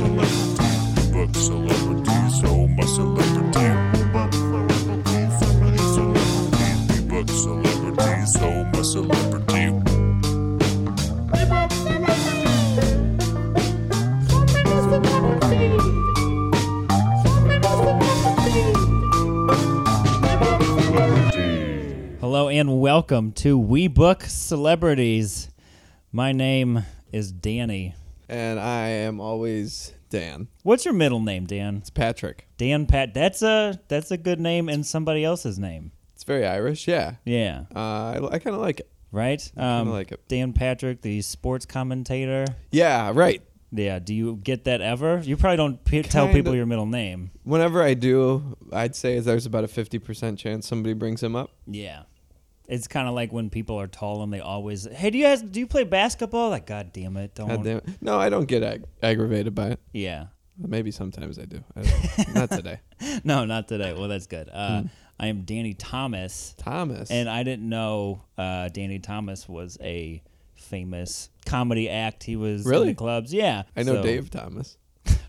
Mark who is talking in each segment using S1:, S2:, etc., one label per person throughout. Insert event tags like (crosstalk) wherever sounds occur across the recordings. S1: Book celebrity, so my celebrity. We book celebrity, so my celebrity.
S2: Hello and welcome to We Book Celebrities. My name is Danny.
S3: and I am always Dan.
S2: What's your middle name, Dan?
S3: It's Patrick.
S2: Dan Pat. That's a that's a good name and somebody else's name.
S3: It's very Irish, yeah.
S2: Yeah.
S3: Uh, I, I kind of like it.
S2: Right? Um,
S3: kinda like it.
S2: Dan Patrick, the sports commentator.
S3: Yeah, right.
S2: Yeah, do you get that ever? You probably don't p- tell
S3: Kinda.
S2: people your middle name.
S3: Whenever I do, I'd say there's about a 50% chance somebody brings him up.
S2: Yeah. It's kind of like when people are tall and they always, "Hey, do you guys do you play basketball?" Like, god damn it, don't.
S3: God damn it. No, I don't get ag- aggravated by it.
S2: Yeah. (laughs)
S3: Maybe sometimes I do. I don't know. Not today.
S2: No, not today. Well, that's good.
S3: Hmm.
S2: Uh, I am Danny Thomas.
S3: Thomas.
S2: And I didn't know uh, Danny Thomas was a famous comedy act. He was in
S3: Really?
S2: the clubs. Yeah.
S3: I know
S2: So-
S3: Dave Thomas.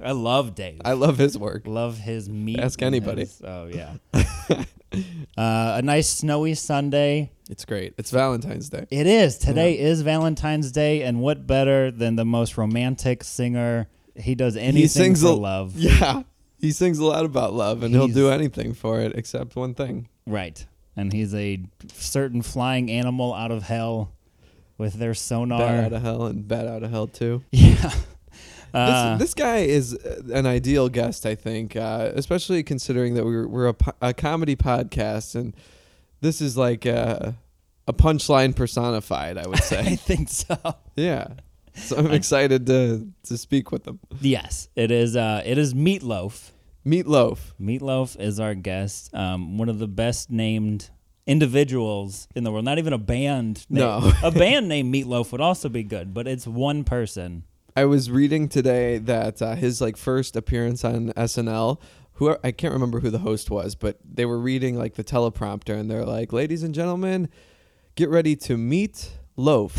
S2: I love Dave.
S3: I love his work.
S2: love his meat.
S3: Ask
S2: and
S3: anybody.
S2: his- oh,
S3: (laughs)
S2: yeah. uh, a nice snowy Sunday.
S3: It's great. It's Valentine's Day.
S2: It is. Today is Valentine's Day. And what better than the most romantic singer? He does anything for
S3: a,
S2: love.
S3: Yeah. He sings a lot about love and he'll
S2: He's-
S3: do anything for it except one thing.
S2: Right. And he's a certain flying animal out of hell with their sonar.
S3: Bat out of hell and bat out of hell too.
S2: (laughs) Yeah. Uh,
S3: This, this guy is uh, an ideal guest, I think, uh, especially considering that we're, we're a, po- a comedy podcast, and this is like uh, a punchline personified, I would
S2: I (laughs)
S3: say. (laughs)
S2: think so.
S3: yeah. So I'm excited to, to speak with him.
S2: Yes, it is. Uh, it is Meatloaf.
S3: Meatloaf.
S2: Meatloaf is our guest. Um, one of the best named individuals in the world. Not even a band. name-
S3: No.
S2: a band named Meatloaf would also be good, but it's one person.
S3: I was reading today that uh, his like first appearance on SNL. Who I can't remember who the host was, but they were reading like the teleprompter, and they're like, "Ladies and gentlemen, get ready to meet Loaf."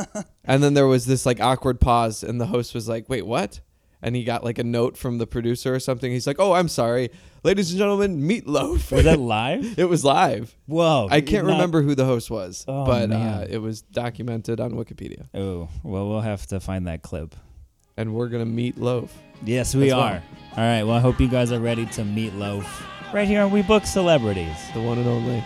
S2: (laughs)
S3: and then there was this like awkward pause, and the host was like, "Wait, what?" And he got like a note from the producer or something. He's like, "Oh, I'm sorry, ladies and gentlemen, meet Loaf."
S2: Was that live?
S3: (laughs) it was live.
S2: Whoa!
S3: I can't
S2: not-
S3: remember who the host was,
S2: Oh,
S3: but uh,
S2: man.
S3: it was documented on Wikipedia,
S2: Oh well, we'll have to find that clip.
S3: and we're gonna meet Loaf.
S2: Yes, we
S3: That's
S2: are. All right. Well, I hope you guys are ready to meet Loaf right here on We Book Celebrities.
S3: The one and only.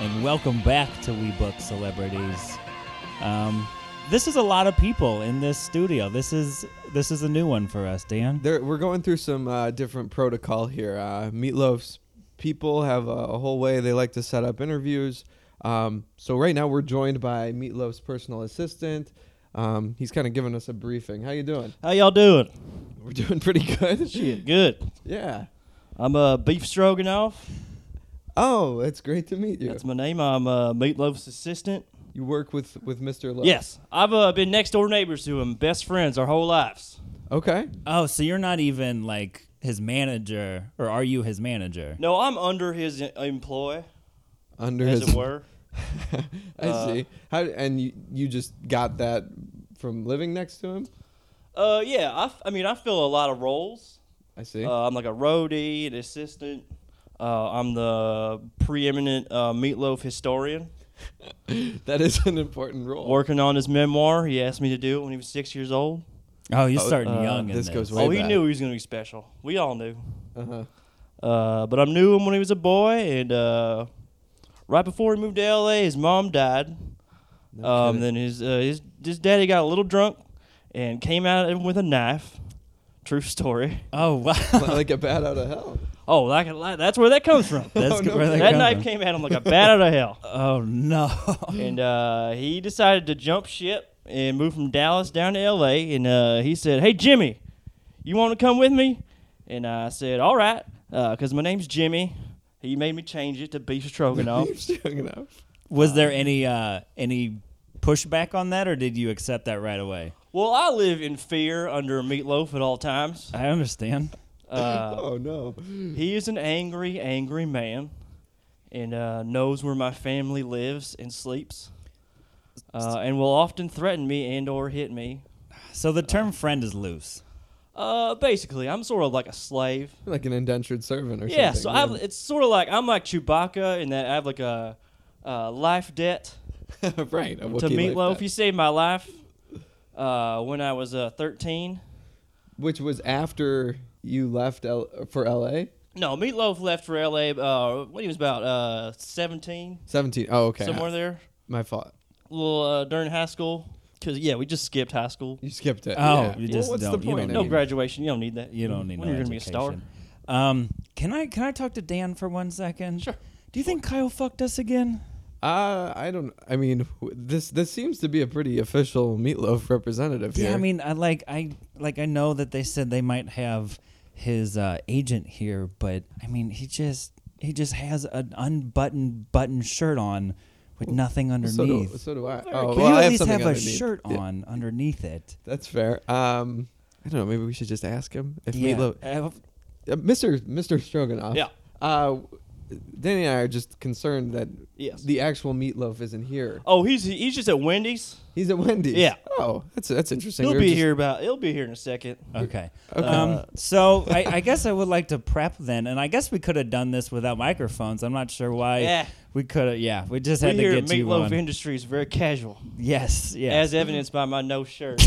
S2: and welcome back to We Book Celebrities. Um, this is a lot of people in this studio. This is this is a new one for us, Dan.
S3: There, we're going through some uh, different protocol here. Uh, Meatloaf's people have a, a whole way they like to set up interviews. Um, so right now we're joined by Meatloaf's personal assistant. Um, he's kind of giving us a briefing. How you doing?
S4: How y'all doing?
S3: We're doing pretty good.
S4: Shit, good.
S3: (laughs) yeah.
S4: I'm uh, Beef Stroganoff.
S3: Oh, it's great to meet you.
S4: That's my name. I'm uh, Meatloaf's assistant.
S3: you work with with Mr. Loaf.
S4: Yes, I've uh, been next door neighbors to him, best friends our whole lives.
S3: Okay.
S2: Oh, so you're not even like his manager, or are you his manager?
S4: No, I'm under his em- employ,
S3: Under
S4: as
S3: his.
S4: it were.
S3: I see. How and you you just got that from living next to him?
S4: Uh, yeah, I, f- I mean, I fill a lot of roles.
S3: I see.
S4: Uh, I'm like a roadie, an assistant. Uh, I'm the preeminent uh, Meatloaf historian.
S3: that is an important role.
S4: Working on his memoir, he asked me to do it when he was six years old.
S2: Oh, you're starting
S4: uh,
S2: young. In this,
S3: this goes way
S4: Oh, he
S3: back.
S4: knew he was going to be special. We all knew.
S3: Uh-huh.
S4: Uh, but I knew him when he was a boy, and uh, right before he moved to LA, his mom died. um,
S3: kidding.
S4: then his, uh, his his daddy got a little drunk and came out at him with a knife. True story.
S2: Oh wow,
S3: like a bat out of hell. (laughs)
S4: Oh, like, like that's where (laughs) that comes from.
S2: (laughs) that's
S3: Oh, no
S2: where
S3: kidding.
S2: they
S4: that
S2: come
S4: knife
S2: from.
S4: came at him like a bat out of (laughs) hell,
S2: Oh no.
S4: and uh, he decided to jump ship and move from Dallas down to LA. And uh, he said, "Hey Jimmy, you want to come with me?" And I said, "All right, because my Uh, name's Jimmy. He made me change it to
S3: (laughs)
S4: beef stroganoff.
S3: Beef stroganoff.
S2: Was there any uh, any pushback on that, or did you accept that right away?
S4: well, I live in fear under a meatloaf at all times.
S2: I understand.
S4: Uh,
S3: Oh no.
S4: He is an angry, angry man, and uh, knows where my family lives and sleeps, uh, and will often threaten me and/or hit me.
S2: So the term "friend" is loose.
S4: Uh, basically, I'm sort of like a slave.
S3: Like an indentured servant or
S4: yeah, so
S3: something.
S4: I have, it's sort of like I'm like Chewbacca in that I have like a uh, life debt
S3: so (laughs) right. A
S4: to
S3: Wookiee like
S4: Meatloaf.
S3: that.
S4: You saved my life uh, when I was uh, 13.
S3: Which was after you left L- for LA?
S4: No, Meatloaf left for LA uh, when he was about uh, 17,
S3: 17. Oh, okay.
S4: somewhere there,
S3: My fault.
S4: little uh, during high school. Cause yeah, we just skipped high school.
S3: You skipped it.
S2: Oh,
S3: yeah.
S2: you
S3: Well,
S2: just
S3: what's the
S2: don't- you
S3: point?
S2: don't
S3: I
S2: need
S4: No
S3: mean,
S4: graduation. You don't need that.
S2: You don't need.
S4: Mm, When
S2: no
S4: you're gonna be a star.
S2: education. Um, can I can I talk to Dan for one second?
S4: Sure.
S2: Do you think Kyle fucked us again?
S3: Uh, I don't. I mean, wh- this this seems to be a pretty official meatloaf representative here.
S2: Yeah, I mean, I like I like I know that they said they might have his uh, agent here, but I mean, he just he just has an unbuttoned button shirt on with nothing
S3: so do,
S2: underneath.
S3: so do I.
S2: Can
S3: Oh,
S2: you
S3: well,
S2: at
S3: I have
S2: least
S3: something
S2: have, a
S3: underneath.
S2: shirt
S3: Yeah,
S2: on underneath it?
S3: that's fair. Um, I don't know. Maybe we should just ask him if meatloaf.
S2: Uh,
S3: Uh, Mr. Mr. Stroganoff.
S4: Yeah.
S3: Uh, Danny and I are just concerned that
S4: Yes.
S3: the actual meatloaf isn't here.
S4: Oh, he's he's just at Wendy's.
S3: He's at Wendy's.
S4: Yeah.
S3: Oh, that's that's interesting.
S4: He'll
S3: We were
S4: be
S3: just- (laughs)
S4: here about. He'll be here in a second.
S2: Okay. Um, so I, I guess I would like to prep then, and I guess we could have done this without microphones. I'm not sure why
S4: Yeah.
S2: we could have. Yeah, we just
S4: We
S2: had
S4: here
S2: to
S4: at
S2: get you
S4: Meatloaf
S2: on.
S4: Industries very casual,
S2: yes, yes.
S4: as evidenced by my no shirt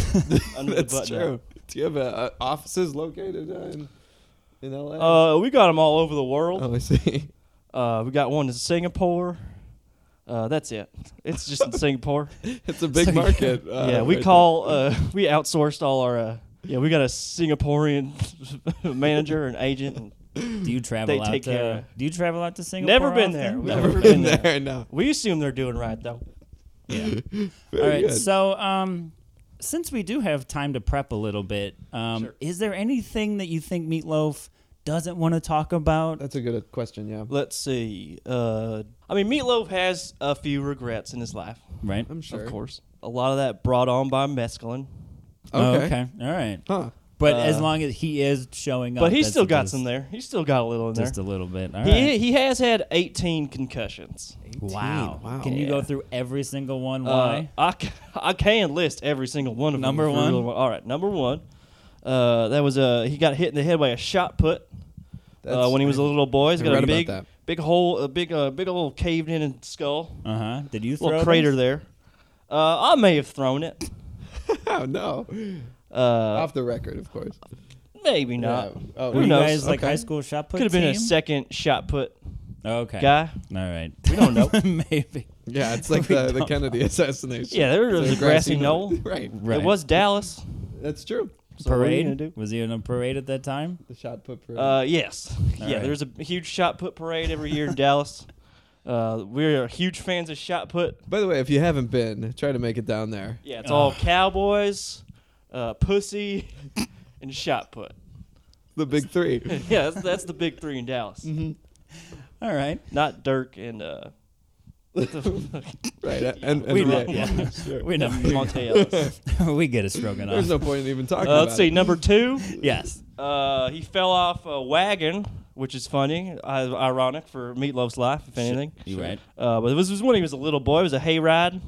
S4: under the
S3: That's
S4: button.
S3: true. Do you have uh, uh, offices located uh, in in LA?
S4: Uh, we got them all over the world.
S3: oh, I see. (laughs)
S4: Uh, we got one in Singapore. Uh, that's it. It's just in Singapore.
S3: It's a big market. Uh,
S4: yeah, we
S3: right
S4: call. Uh, we outsourced all our. Uh, yeah, we got a Singaporean (laughs) manager and agent. and-
S2: do you travel
S4: They
S2: out
S4: take
S2: to?
S4: care of-
S2: Do you travel out to Singapore?
S4: Never been
S2: often?
S4: there.
S3: there.
S4: (laughs) Never
S3: Never
S4: been
S3: been
S4: there.
S3: there. No.
S4: We assume they're doing right though.
S2: All
S3: Very
S2: right.
S3: good.
S2: So, um, since we do have time to prep a little bit, um,
S4: Sure.
S2: is there anything that you think Meatloaf doesn't want to talk about?
S3: That's a good uh, question. Yeah,
S4: Let's see. Uh, I mean, Meatloaf has a few regrets in his life,
S2: right.
S3: I'm sure.
S4: of course. A lot of that brought on by mescaline,
S2: Oh,
S3: Okay.
S2: okay. All right.
S3: Huh.
S2: But
S4: Uh,
S2: as long as he is showing up,
S4: but he's
S2: that's
S4: still got
S2: just-
S4: some there. He's still got a little in there.
S2: Just a little bit. All right.
S4: He he has had 18 concussions.
S2: Wow.
S3: Wow.
S2: Can you go
S4: Yeah.
S2: through every single one?
S4: Uh,
S2: Why?
S4: I, ca- I can list every single one of
S2: Number
S4: them. if
S2: one?
S4: you really want- All right, number one. Uh, that was uh, he got hit in the head by a shot put uh,
S3: That's-
S4: when he was a little boy. He's
S3: I
S4: got
S3: read
S4: a
S3: about
S4: big
S3: that.
S4: big hole, a big uh, big old caved in skull,
S2: Uh huh. Did you throw
S4: little crater
S2: those?
S4: there. Uh, I may have thrown it.
S3: Oh no.
S4: Uh,
S3: Off the record, of
S4: (laughs)
S3: course.
S4: Maybe not.
S3: Yeah. Oh,
S4: Who
S2: Were you
S4: knows?
S2: guys like
S3: Okay.
S2: high school shot put
S4: Could have been a
S2: team?
S4: second shot put
S2: okay.
S4: guy.
S2: All right.
S4: We don't know.
S2: (laughs) Maybe.
S3: Yeah, it's like
S2: We
S3: the, the
S2: don't-
S3: Kennedy assassination.
S4: Yeah, there
S3: It's
S4: was
S3: a
S4: a grassy knoll.
S3: (laughs) right.
S2: Right.
S4: It was Dallas.
S3: That's true.
S4: So what are you gonna
S2: parade.
S4: do?
S2: Was he in a parade at that time?
S3: The shot put for
S4: Uh, yes.
S2: All
S4: yeah,
S2: right.
S4: there's a huge shot put parade every year in Dallas. Uh, we're huge fans of shot put.
S3: By the way, if you haven't been, try to make it down there.
S4: Yeah, it's all cowboys, uh, pussy, (laughs) and shot put.
S3: The big
S4: (laughs)
S3: three.
S4: Yeah, that's, that's the big three in Dallas.
S2: All right.
S4: Not Dirk and uh,
S3: right. And, and
S2: We
S3: right.
S2: know. (laughs) Yeah.
S3: Sure.
S2: We
S4: (laughs)
S2: know.
S4: Montelis.
S2: (laughs) we get a stroking off.
S3: There's no point in even talking
S4: Uh,
S3: about
S4: let's see,
S3: it.
S4: number two.
S2: yes.
S4: Uh, he fell off a wagon, which is funny, i- ironic for Meatloaf's life, if anything.
S2: You right.
S4: Uh, but this was when he was a little boy. It was a hayride.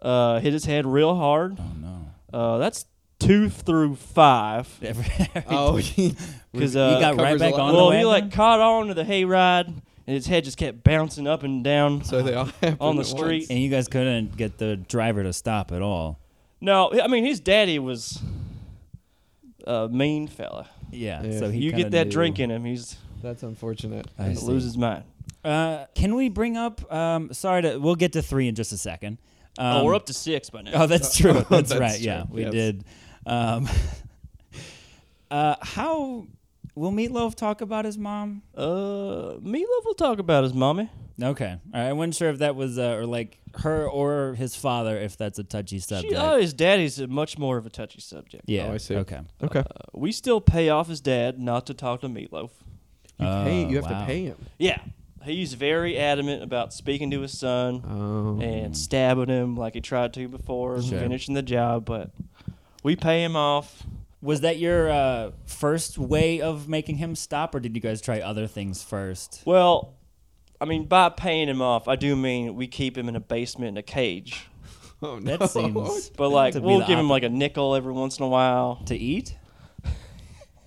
S4: Uh, hit his head real hard.
S2: Oh (laughs) no.
S4: Uh, that's two through five.
S3: Oh,
S4: Because
S2: he got
S4: uh,
S2: right
S3: covers a
S2: back
S3: lot.
S2: on
S4: well,
S2: the
S4: he
S2: wagon?
S4: like caught on to the hayride, and his head just kept bouncing up and down.
S3: so they all happened
S4: On the
S3: at
S4: street.
S2: and you guys couldn't get the driver to stop at all.
S4: no, I mean his daddy was a mean fella.
S2: Yeah.
S3: Yeah.
S2: So he
S4: you
S2: kinda
S4: get that
S2: knew.
S4: drink in him, he's
S3: once. That's unfortunate.
S2: I
S4: gonna
S2: see.
S4: lose his mind.
S2: Uh, can we bring up? Um, sorry, to, we'll get to three in just a second. Um,
S4: oh, we're up to six by now.
S2: (laughs) Oh, that's true.
S3: (laughs)
S2: That's,
S3: That's
S2: right.
S3: true.
S2: Yeah, we
S3: Yes.
S2: did. Um, (laughs) uh, how will Meatloaf talk about his mom?
S4: Uh, Meatloaf will talk about his mommy.
S2: Okay, All right. I wasn't sure if that was uh, or like her or his father, if that's a touchy subject.
S4: She, oh, his daddy's a much more of a touchy subject.
S2: yeah,
S3: Oh, I see.
S2: Okay,
S3: Okay.
S4: Uh, we still pay off his dad not to talk to Meatloaf.
S3: You pay.
S2: Oh,
S3: You have to
S2: wow.
S3: pay him.
S4: Yeah, he's very adamant about speaking to his son
S3: Oh.
S2: Mm.
S4: and stabbing him like he tried to before, and
S2: Sure.
S4: finishing the job. But we pay him off.
S2: Was that your uh, first way of making him stop, or did you guys try other things first?
S4: Well, I mean, by paying him off, I do mean we keep him in a basement in a cage.
S3: oh (laughs) no.
S2: That seems.
S4: But like,
S2: to be
S4: we'll
S2: the
S4: give him like a nickel every once in a while.
S2: opposite. to eat.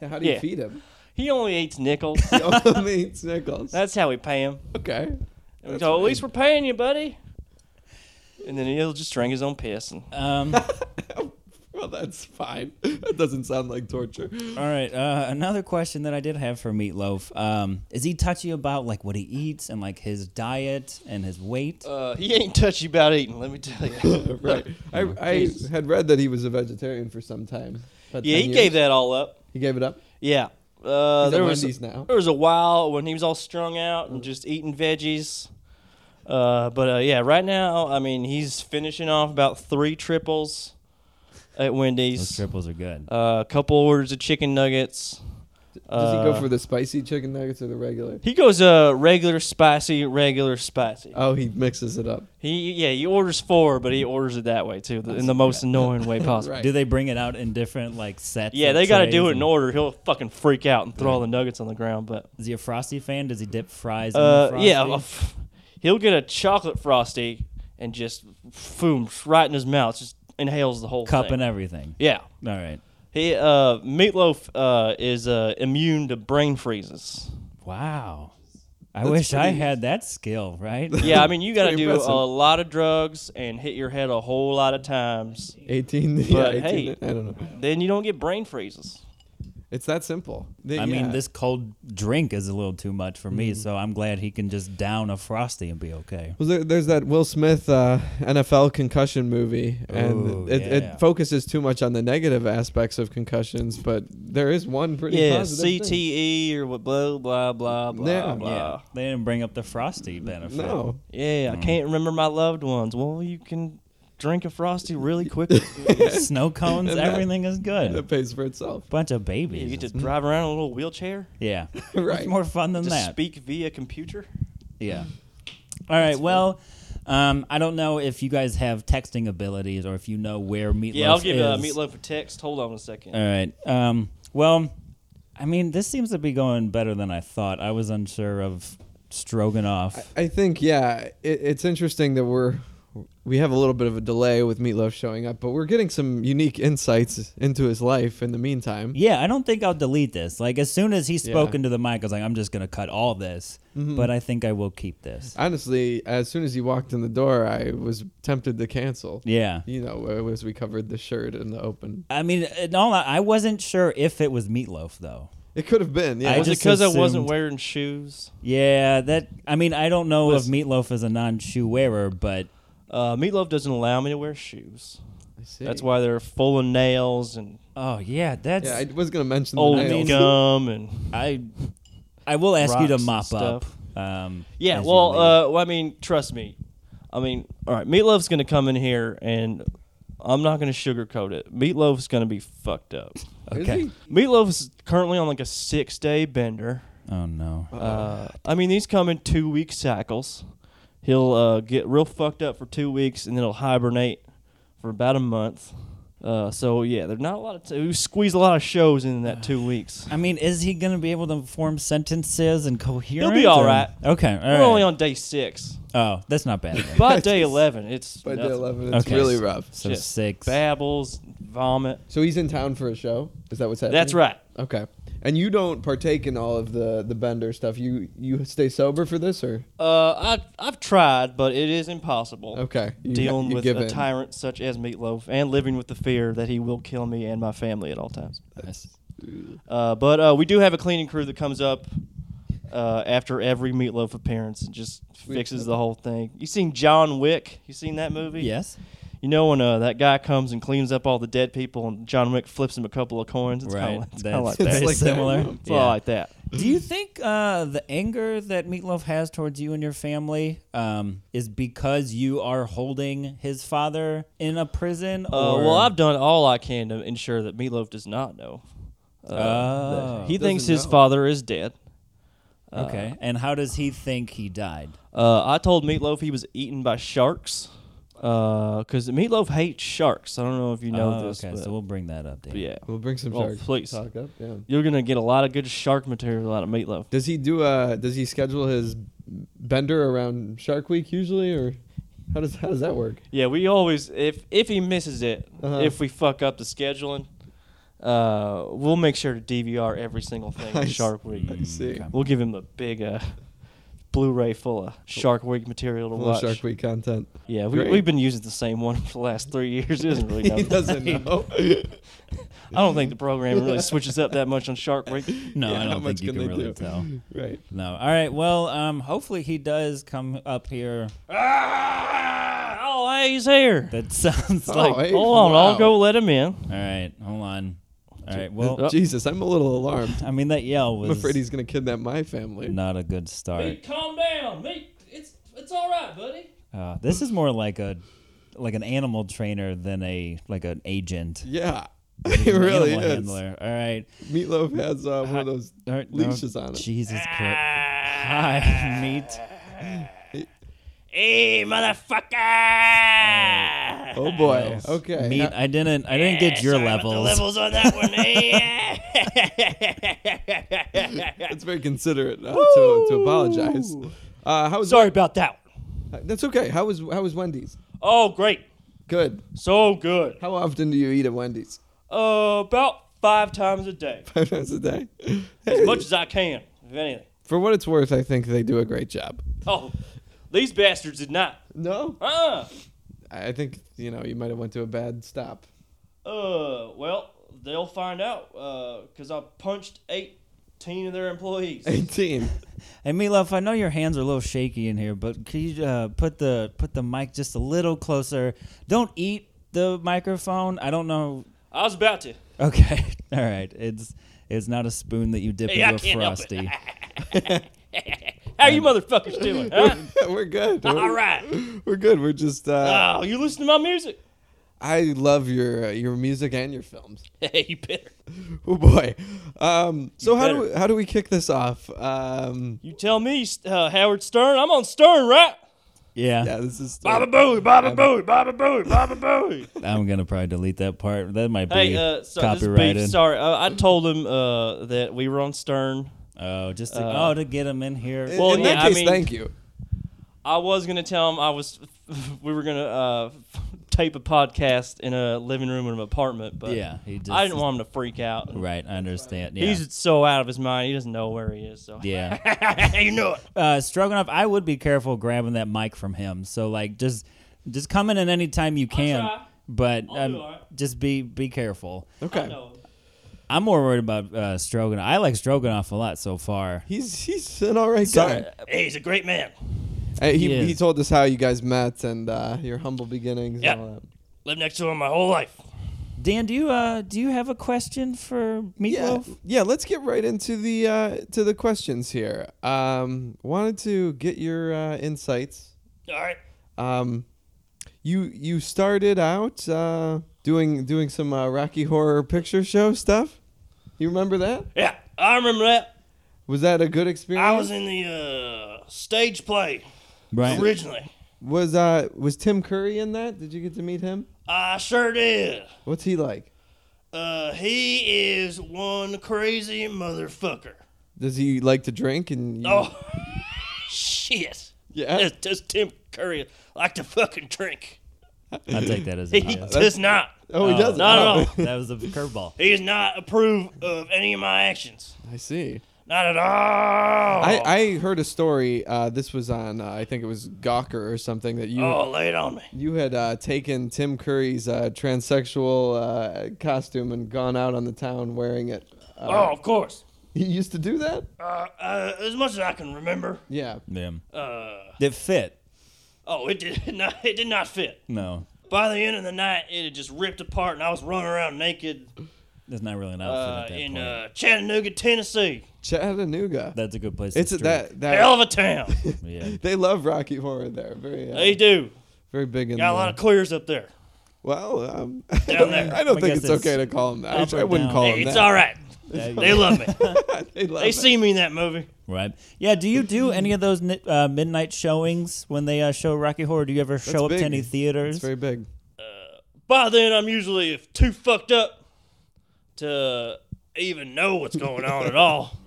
S3: How do you
S4: yeah.
S3: feed
S4: (laughs)
S3: him?
S4: He only eats
S2: (laughs)
S4: nickels.
S3: He only eats nickels.
S4: That's how we pay him.
S3: okay.
S4: And we go, at least we're paying you, buddy. And then he'll just drink his own piss. And
S2: Um,
S3: Well, that's fine. (laughs) That doesn't sound like
S4: (laughs)
S3: torture.
S2: all right. Uh, another question that I did have for Meatloaf: um, Is he touchy about like what he eats and like his diet and his weight?
S4: uh, he ain't touchy about eating, let me tell
S2: (laughs)
S4: you. (laughs)
S3: right. I, I
S4: Jesus.
S3: had read that he was a vegetarian for some time. About
S4: yeah,
S3: 10
S4: he
S3: years.
S4: gave that all up.
S3: He gave it up.
S4: Yeah. Uh,
S3: He's at
S4: there was
S3: Wendy's now.
S4: there was a while when he was all strung out and just eating veggies. Uh, but uh, yeah, right now, I mean, he's finishing off about three triples
S2: Those
S4: at Wendy's.
S2: triples are good.
S4: Uh, a couple orders of chicken nuggets.
S3: Does he go
S4: Uh,
S3: for the spicy chicken nuggets or the regular?
S4: He goes uh regular spicy, regular spicy.
S3: Oh, he mixes it up.
S4: He yeah, he orders four, but he orders it that way too, the, in the most annoying way possible.
S3: (laughs) Right.
S2: Do they bring it out in different like sets?
S4: Yeah,
S2: or
S4: they got to
S2: trays
S4: do it in
S2: and-
S4: order. He'll fucking freak out and throw all the nuggets on the ground. But
S2: Is he a frosty fan? Does he dip fries? in
S4: uh,
S2: the frosty?
S4: yeah, uh, f- he'll get a chocolate frosty and just boom right in his mouth, just inhales the whole
S2: cup
S4: thing.
S2: and everything.
S4: yeah,
S2: All right.
S4: he uh, meatloaf uh, is uh, immune to brain freezes.
S2: Wow. I
S3: That's
S2: wish I
S3: pretty-
S2: had that skill, right?
S4: (laughs) Yeah, I
S3: (laughs)
S4: mean you got to
S3: pretty
S4: do
S3: impressive.
S4: a lot of drugs and hit your head a whole lot of times.
S3: 18.
S4: But,
S3: yeah, 18
S4: hey.
S3: I don't know.
S4: Then you don't get brain freezes.
S3: It's that simple. They-
S2: I mean,
S3: yeah.
S2: this cold drink is a little too much for
S4: Mm.
S2: me, so I'm glad he can just down a frosty and be okay.
S3: Well, there, there's that Will Smith uh, NFL concussion movie, and
S2: Ooh,
S3: it,
S2: yeah.
S3: it focuses too much on the negative aspects of concussions, but there is one pretty
S4: Yeah,
S3: positive thing.
S4: CTE or what? Blah blah blah blah
S3: Yeah.
S4: blah.
S2: Yeah, they didn't bring up the frosty benefit.
S3: No,
S4: Yeah,
S3: Mm.
S4: I can't remember my loved ones. Well, you can drink a frosty
S3: (laughs)
S4: really quickly.
S2: (laughs)
S4: yeah,
S2: snow cones,
S3: And (laughs) that-
S2: everything is
S3: it
S2: good.
S3: pays for itself.
S2: Bunch of babies.
S3: (laughs)
S4: you get to drive around in a little wheelchair. (laughs)
S2: yeah,
S3: Right.
S2: It's more fun than
S4: Just
S2: that.
S4: speak via computer.
S2: Yeah. All right. Well, um, I don't know if you guys have texting abilities or if you know where meatloaf
S4: Yeah, I'll give
S2: is.
S4: uh, meatloaf a text. Hold on a second.
S2: All right. Um, well, I mean, this seems to be going better than I thought. I was unsure of Stroganoff.
S3: I think yeah, it, it's interesting that we're we have a little bit of a delay with Meatloaf showing up, but we're getting some unique insights into his life in the meantime.
S2: yeah, I don't think I'll delete this. Like, as soon as he spoke into the mic, I was like, I'm just going to cut all this,
S4: Mm-hmm.
S2: but I think I will keep this.
S3: Honestly, as soon as he walked in the door, I was tempted to cancel.
S2: yeah.
S3: You know, as we covered the shirt in the open,
S2: I mean, in all, I wasn't sure if it was meatloaf, though.
S3: it could have been. Yeah,
S2: I
S4: Was it
S2: just
S4: because I wasn't
S2: assumed-
S4: wearing shoes?
S2: Yeah, that. I mean, I don't know
S4: Listen.
S2: if meatloaf is a non shoe wearer, but
S4: Uh, meatloaf doesn't allow me to wear shoes.
S3: I see.
S4: That's why they're full of nails and
S2: oh, yeah, that's.
S3: Yeah, I was gonna mention
S4: old
S3: the nails.
S4: gum and
S2: I I will ask you to
S4: Rocks and
S2: mop up.
S4: stuff.
S2: Um,
S4: yeah.
S2: as you
S4: Well,
S2: leave.
S4: uh, well, I mean, trust me. I mean, all right, meatloaf's gonna come in here and. I'm not gonna sugarcoat it. Meatloaf's gonna be fucked (laughs) up.
S3: Is
S2: okay.
S3: he?
S4: Meatloaf's currently on like a six day bender.
S2: oh no.
S4: Uh, I mean, these come in two week cycles. He'll uh, get real fucked up for two weeks, and then he'll hibernate for about a month. Uh, so yeah, there's not a lot of t- we squeeze a lot of shows in that
S3: (sighs)
S4: two weeks.
S2: I mean, is he going to be able to form sentences and coherence?
S4: He'll be all
S2: or-
S4: right.
S2: Okay. all
S4: We're
S2: right.
S4: only on day six.
S2: oh, that's not bad. then.
S3: (laughs)
S4: By day eleven, it's
S3: By day
S4: nothing.
S3: eleven, it's
S2: Okay.
S3: really rough.
S2: so
S4: Just
S2: six.
S4: babbles, vomit.
S3: So he's in town for a show. Is that what's happening?
S4: That's right.
S3: Okay. And you don't partake in all of the the bender stuff. You you stay sober for this, or
S4: Uh, I I've tried, but it is impossible.
S3: okay? You,
S4: Dealing
S3: you
S4: with
S3: give
S4: a
S3: in.
S4: tyrant such as Meatloaf and living with the fear that he will kill me and my family at all times. (laughs) Uh, but uh, we do have a cleaning crew that comes up uh, after every meatloaf appearance and just fixes the whole thing. You seen John Wick? You seen that movie?
S2: Yes.
S4: You know when uh, that guy comes and cleans up all the dead people and John Wick flips him a couple of coins. It's
S2: right.
S4: kind of
S2: That's (laughs)
S4: like
S2: very
S4: that.
S3: like that.
S2: similar.
S4: It's
S2: Yeah.
S4: all
S2: (laughs)
S4: like that.
S2: Do you think uh, the anger that Meatloaf has towards you and your family um, is because you are holding his father in a prison?
S4: Uh,
S2: or-
S4: well, I've done all I can to ensure that Meatloaf does not know. Uh,
S2: Oh.
S4: that he thinks
S3: Doesn't
S4: his
S3: know.
S4: father is dead.
S3: uh,
S2: Okay. and how does he think he died?
S4: Uh, I told Meatloaf he was eaten by sharks because Meatloaf hates sharks. I don't know if you know
S2: Oh,
S4: this,
S2: okay,
S4: but,
S2: so we'll bring that up.
S4: but
S2: Dan.
S4: yeah,
S3: We'll bring some
S4: Oh,
S3: shark
S4: please.
S3: talk up. Yeah.
S4: you're gonna get a lot of good shark material out of Meatloaf.
S3: Does he do uh does he schedule his bender around Shark Week usually or how does how does that work?
S4: Yeah, we always if if he misses it,
S3: Uh-huh.
S4: if we fuck up the scheduling, uh, we'll make sure to DVR every single thing
S3: I
S4: in
S3: s-
S4: Shark Week.
S3: I see.
S2: okay.
S4: We'll give him the big uh, Blu-ray full of Shark Week material to
S3: Full of
S4: watch.
S3: Shark Week content.
S4: Yeah, we,
S3: Great.
S4: we've been using the same one (laughs) for the last three years. It doesn't (laughs)
S3: (laughs)
S4: really
S3: he
S4: know. (laughs)
S3: doesn't know.
S4: I don't think the program really switches up that much on Shark Week.
S2: No,
S3: Yeah,
S2: I
S3: how
S2: don't
S3: much
S2: think you
S3: can
S2: can
S3: they
S2: really
S3: do?
S2: tell.
S3: (laughs) right.
S2: No. All right. Well, um, hopefully he does come up here.
S4: Ah, oh, hey, he's here.
S2: That (laughs) sounds
S3: Oh,
S2: like.
S3: hey,
S4: Hold on,
S3: wow.
S4: I'll go let him in.
S2: All right. Hold on. All right. Well,
S4: Oh.
S3: Jesus, I'm a little alarmed.
S2: I mean that yell
S3: uh, I'm
S2: was
S3: afraid he's gonna kidnap my family.
S2: not a good start.
S4: calm down. Meat, it's it's all right, buddy.
S2: Uh, this is more like a like an animal trainer than a like an agent.
S3: Yeah.
S2: He's
S3: (laughs) It
S2: an
S3: really
S2: animal
S3: is.
S2: handler. All right.
S3: Meatloaf has uh, one of those
S2: All right, no.
S3: leashes on it.
S2: Jesus Christ. Hi, (laughs) meat.
S4: Hey, motherfucker!
S3: Oh boy.
S2: Yes.
S3: Okay.
S2: Meat. I didn't. I didn't get your levels.
S4: on that (laughs) one.
S3: It's very considerate uh, to, to apologize. Uh, how was
S4: Sorry about that. one.
S3: That's okay. How was how was Wendy's?
S4: Oh, great.
S3: Good.
S4: So good.
S3: How often do you eat at Wendy's? (laughs)
S4: Uh, about five times a day,
S3: Five times a day.
S4: as much as I can, if anything.
S3: For what it's worth, I think they do a great job.
S4: Oh, these bastards did not.
S3: No,
S4: Uh,
S3: I I think you know you might have went to a bad stop.
S4: uh, well, they'll find out. Uh, cause I punched eighteen of their employees.
S3: Eighteen.
S2: Hey Meatloaf, I know your hands are a little shaky in here, but could you uh, put the put the mic just a little closer? Don't eat the microphone. I don't know. (laughs)
S4: I was about to.
S2: Okay, all right. It's it's not a spoon that you dip
S4: Hey, I
S2: into a
S4: can't help it. (laughs)
S2: frosty.
S4: How you motherfuckers doing? Huh?
S3: (laughs) we're good. We're,
S4: All right.
S3: We're good. We're just. Uh,
S4: Oh, you listen to my music?
S3: I love your uh, your music and your films.
S4: Hey, (laughs) you better.
S3: Oh boy. Um, so how do
S4: better.
S3: we, how do we kick this off? Um,
S4: You tell me, uh, Howard Stern. I'm on Stern, right?
S2: Yeah,
S3: yeah, this is. uh,
S4: Baba Booey, Baba Booey, Baba Booey, Baba Booey.
S2: I'm gonna probably delete that part. That might be
S4: Hey, uh, so, this is
S2: copyrighted.
S4: beef. Sorry, uh, I told him uh, that we were on Stern.
S2: Oh, just to,
S4: Uh,
S2: oh to get him in here.
S3: in,
S4: well,
S3: in that
S4: yeah, I
S3: case,
S4: mean-
S3: thank you.
S4: I was gonna tell him I was. (laughs) We were gonna uh, (laughs) tape a podcast in a living room in an apartment, but
S2: yeah, he just
S4: I didn't want him to freak out.
S2: Right, I understand. Yeah.
S4: He's so out of his mind; he doesn't know where he is. So
S2: yeah.
S4: (laughs) you know it.
S2: uh, Stroganoff, I would be careful grabbing that mic from him. So like, just just come in at any time you can,
S4: try.
S2: but
S4: I'll
S2: um,
S4: do all right.
S2: just be be careful.
S4: I
S3: Okay.
S4: know.
S2: I'm more worried about uh, Stroganoff. I like Stroganoff a lot so far.
S3: He's he's an all right
S2: Sorry.
S3: guy.
S4: Hey, he's a great man.
S3: Hey, he,
S2: He
S3: he,
S2: is.
S3: told us how you guys met and uh, your humble beginnings.
S4: Yeah.
S3: And all that.
S4: Lived next to him my whole life.
S2: Dan, do you uh do you have a question for
S3: Yeah,
S2: Meatloaf?
S3: yeah. Let's get right into the uh, to the questions here. Um, wanted to get your uh, insights.
S4: All right.
S3: Um, you you started out uh, doing doing some uh, Rocky Horror Picture Show stuff. You remember that?
S4: Yeah, I remember that.
S3: Was that a good experience?
S4: I was in the uh, stage play
S2: Right.
S4: originally.
S3: Was uh was Tim Curry in that? Did you get to meet him?
S4: I sure did.
S3: What's he like?
S4: Uh, he is one crazy motherfucker.
S3: Does he like to drink and? You,
S4: Oh, (laughs) shit.
S3: yeah.
S4: That's, that's Tim Curry like to fucking drink.
S2: I'll take that as a
S4: (laughs) He
S2: yes.
S4: does not.
S3: Oh, he
S2: Oh,
S3: doesn't.
S4: not at
S3: Oh,
S4: all.
S2: that was a curveball.
S4: He does not approve of any of my actions.
S3: I see.
S4: Not at all.
S3: I, I heard a story. Uh, this was on, uh, I think it was Gawker or something that you
S4: oh, lay it on me.
S3: you had uh, taken Tim Curry's uh, transsexual uh, costume and gone out on the town wearing it.
S4: oh,
S3: Uh,
S4: of course.
S3: He used to do that.
S4: Uh, uh, as much as I can remember.
S3: Yeah.
S2: Yeah.
S4: Uh,
S2: Did fit?
S4: oh, it did (laughs) not. It did not fit.
S2: No,
S4: By the end of the night, it had just ripped apart, and I was running around naked
S2: that's not really an
S4: uh,
S2: outfit at that
S4: in
S2: point.
S4: uh, Chattanooga, Tennessee.
S3: Chattanooga.
S2: that's a good place.
S3: it's
S2: to
S3: a,
S2: strip.
S3: that that
S4: Hell of a town.
S2: Yeah.
S3: they love Rocky Horror there. Very uh,
S4: they do.
S3: very big in
S4: Got a
S3: the-
S4: lot of queers up there.
S3: well. Um,
S4: Down
S3: (laughs)
S4: there.
S3: I don't
S2: I
S3: think
S2: guess
S3: it's
S2: it's
S3: okay to call him that.
S2: up
S3: I,
S2: or
S3: wouldn't
S2: down.
S3: call
S4: Hey,
S3: him
S4: it's
S3: that.
S4: all right.
S2: Oh, There you
S4: They
S2: go.
S4: love me.
S2: (laughs)
S3: (laughs) They love
S4: they
S3: it.
S4: see me in that movie.
S2: Right. Yeah. Do you do any of those ni- uh, midnight showings when they uh, show Rocky Horror? Do you ever show up
S3: big.
S2: to any
S3: It's
S2: theaters?
S3: very big.
S4: By then, I'm usually too fucked up to even know what's going on
S2: (laughs)
S4: at all.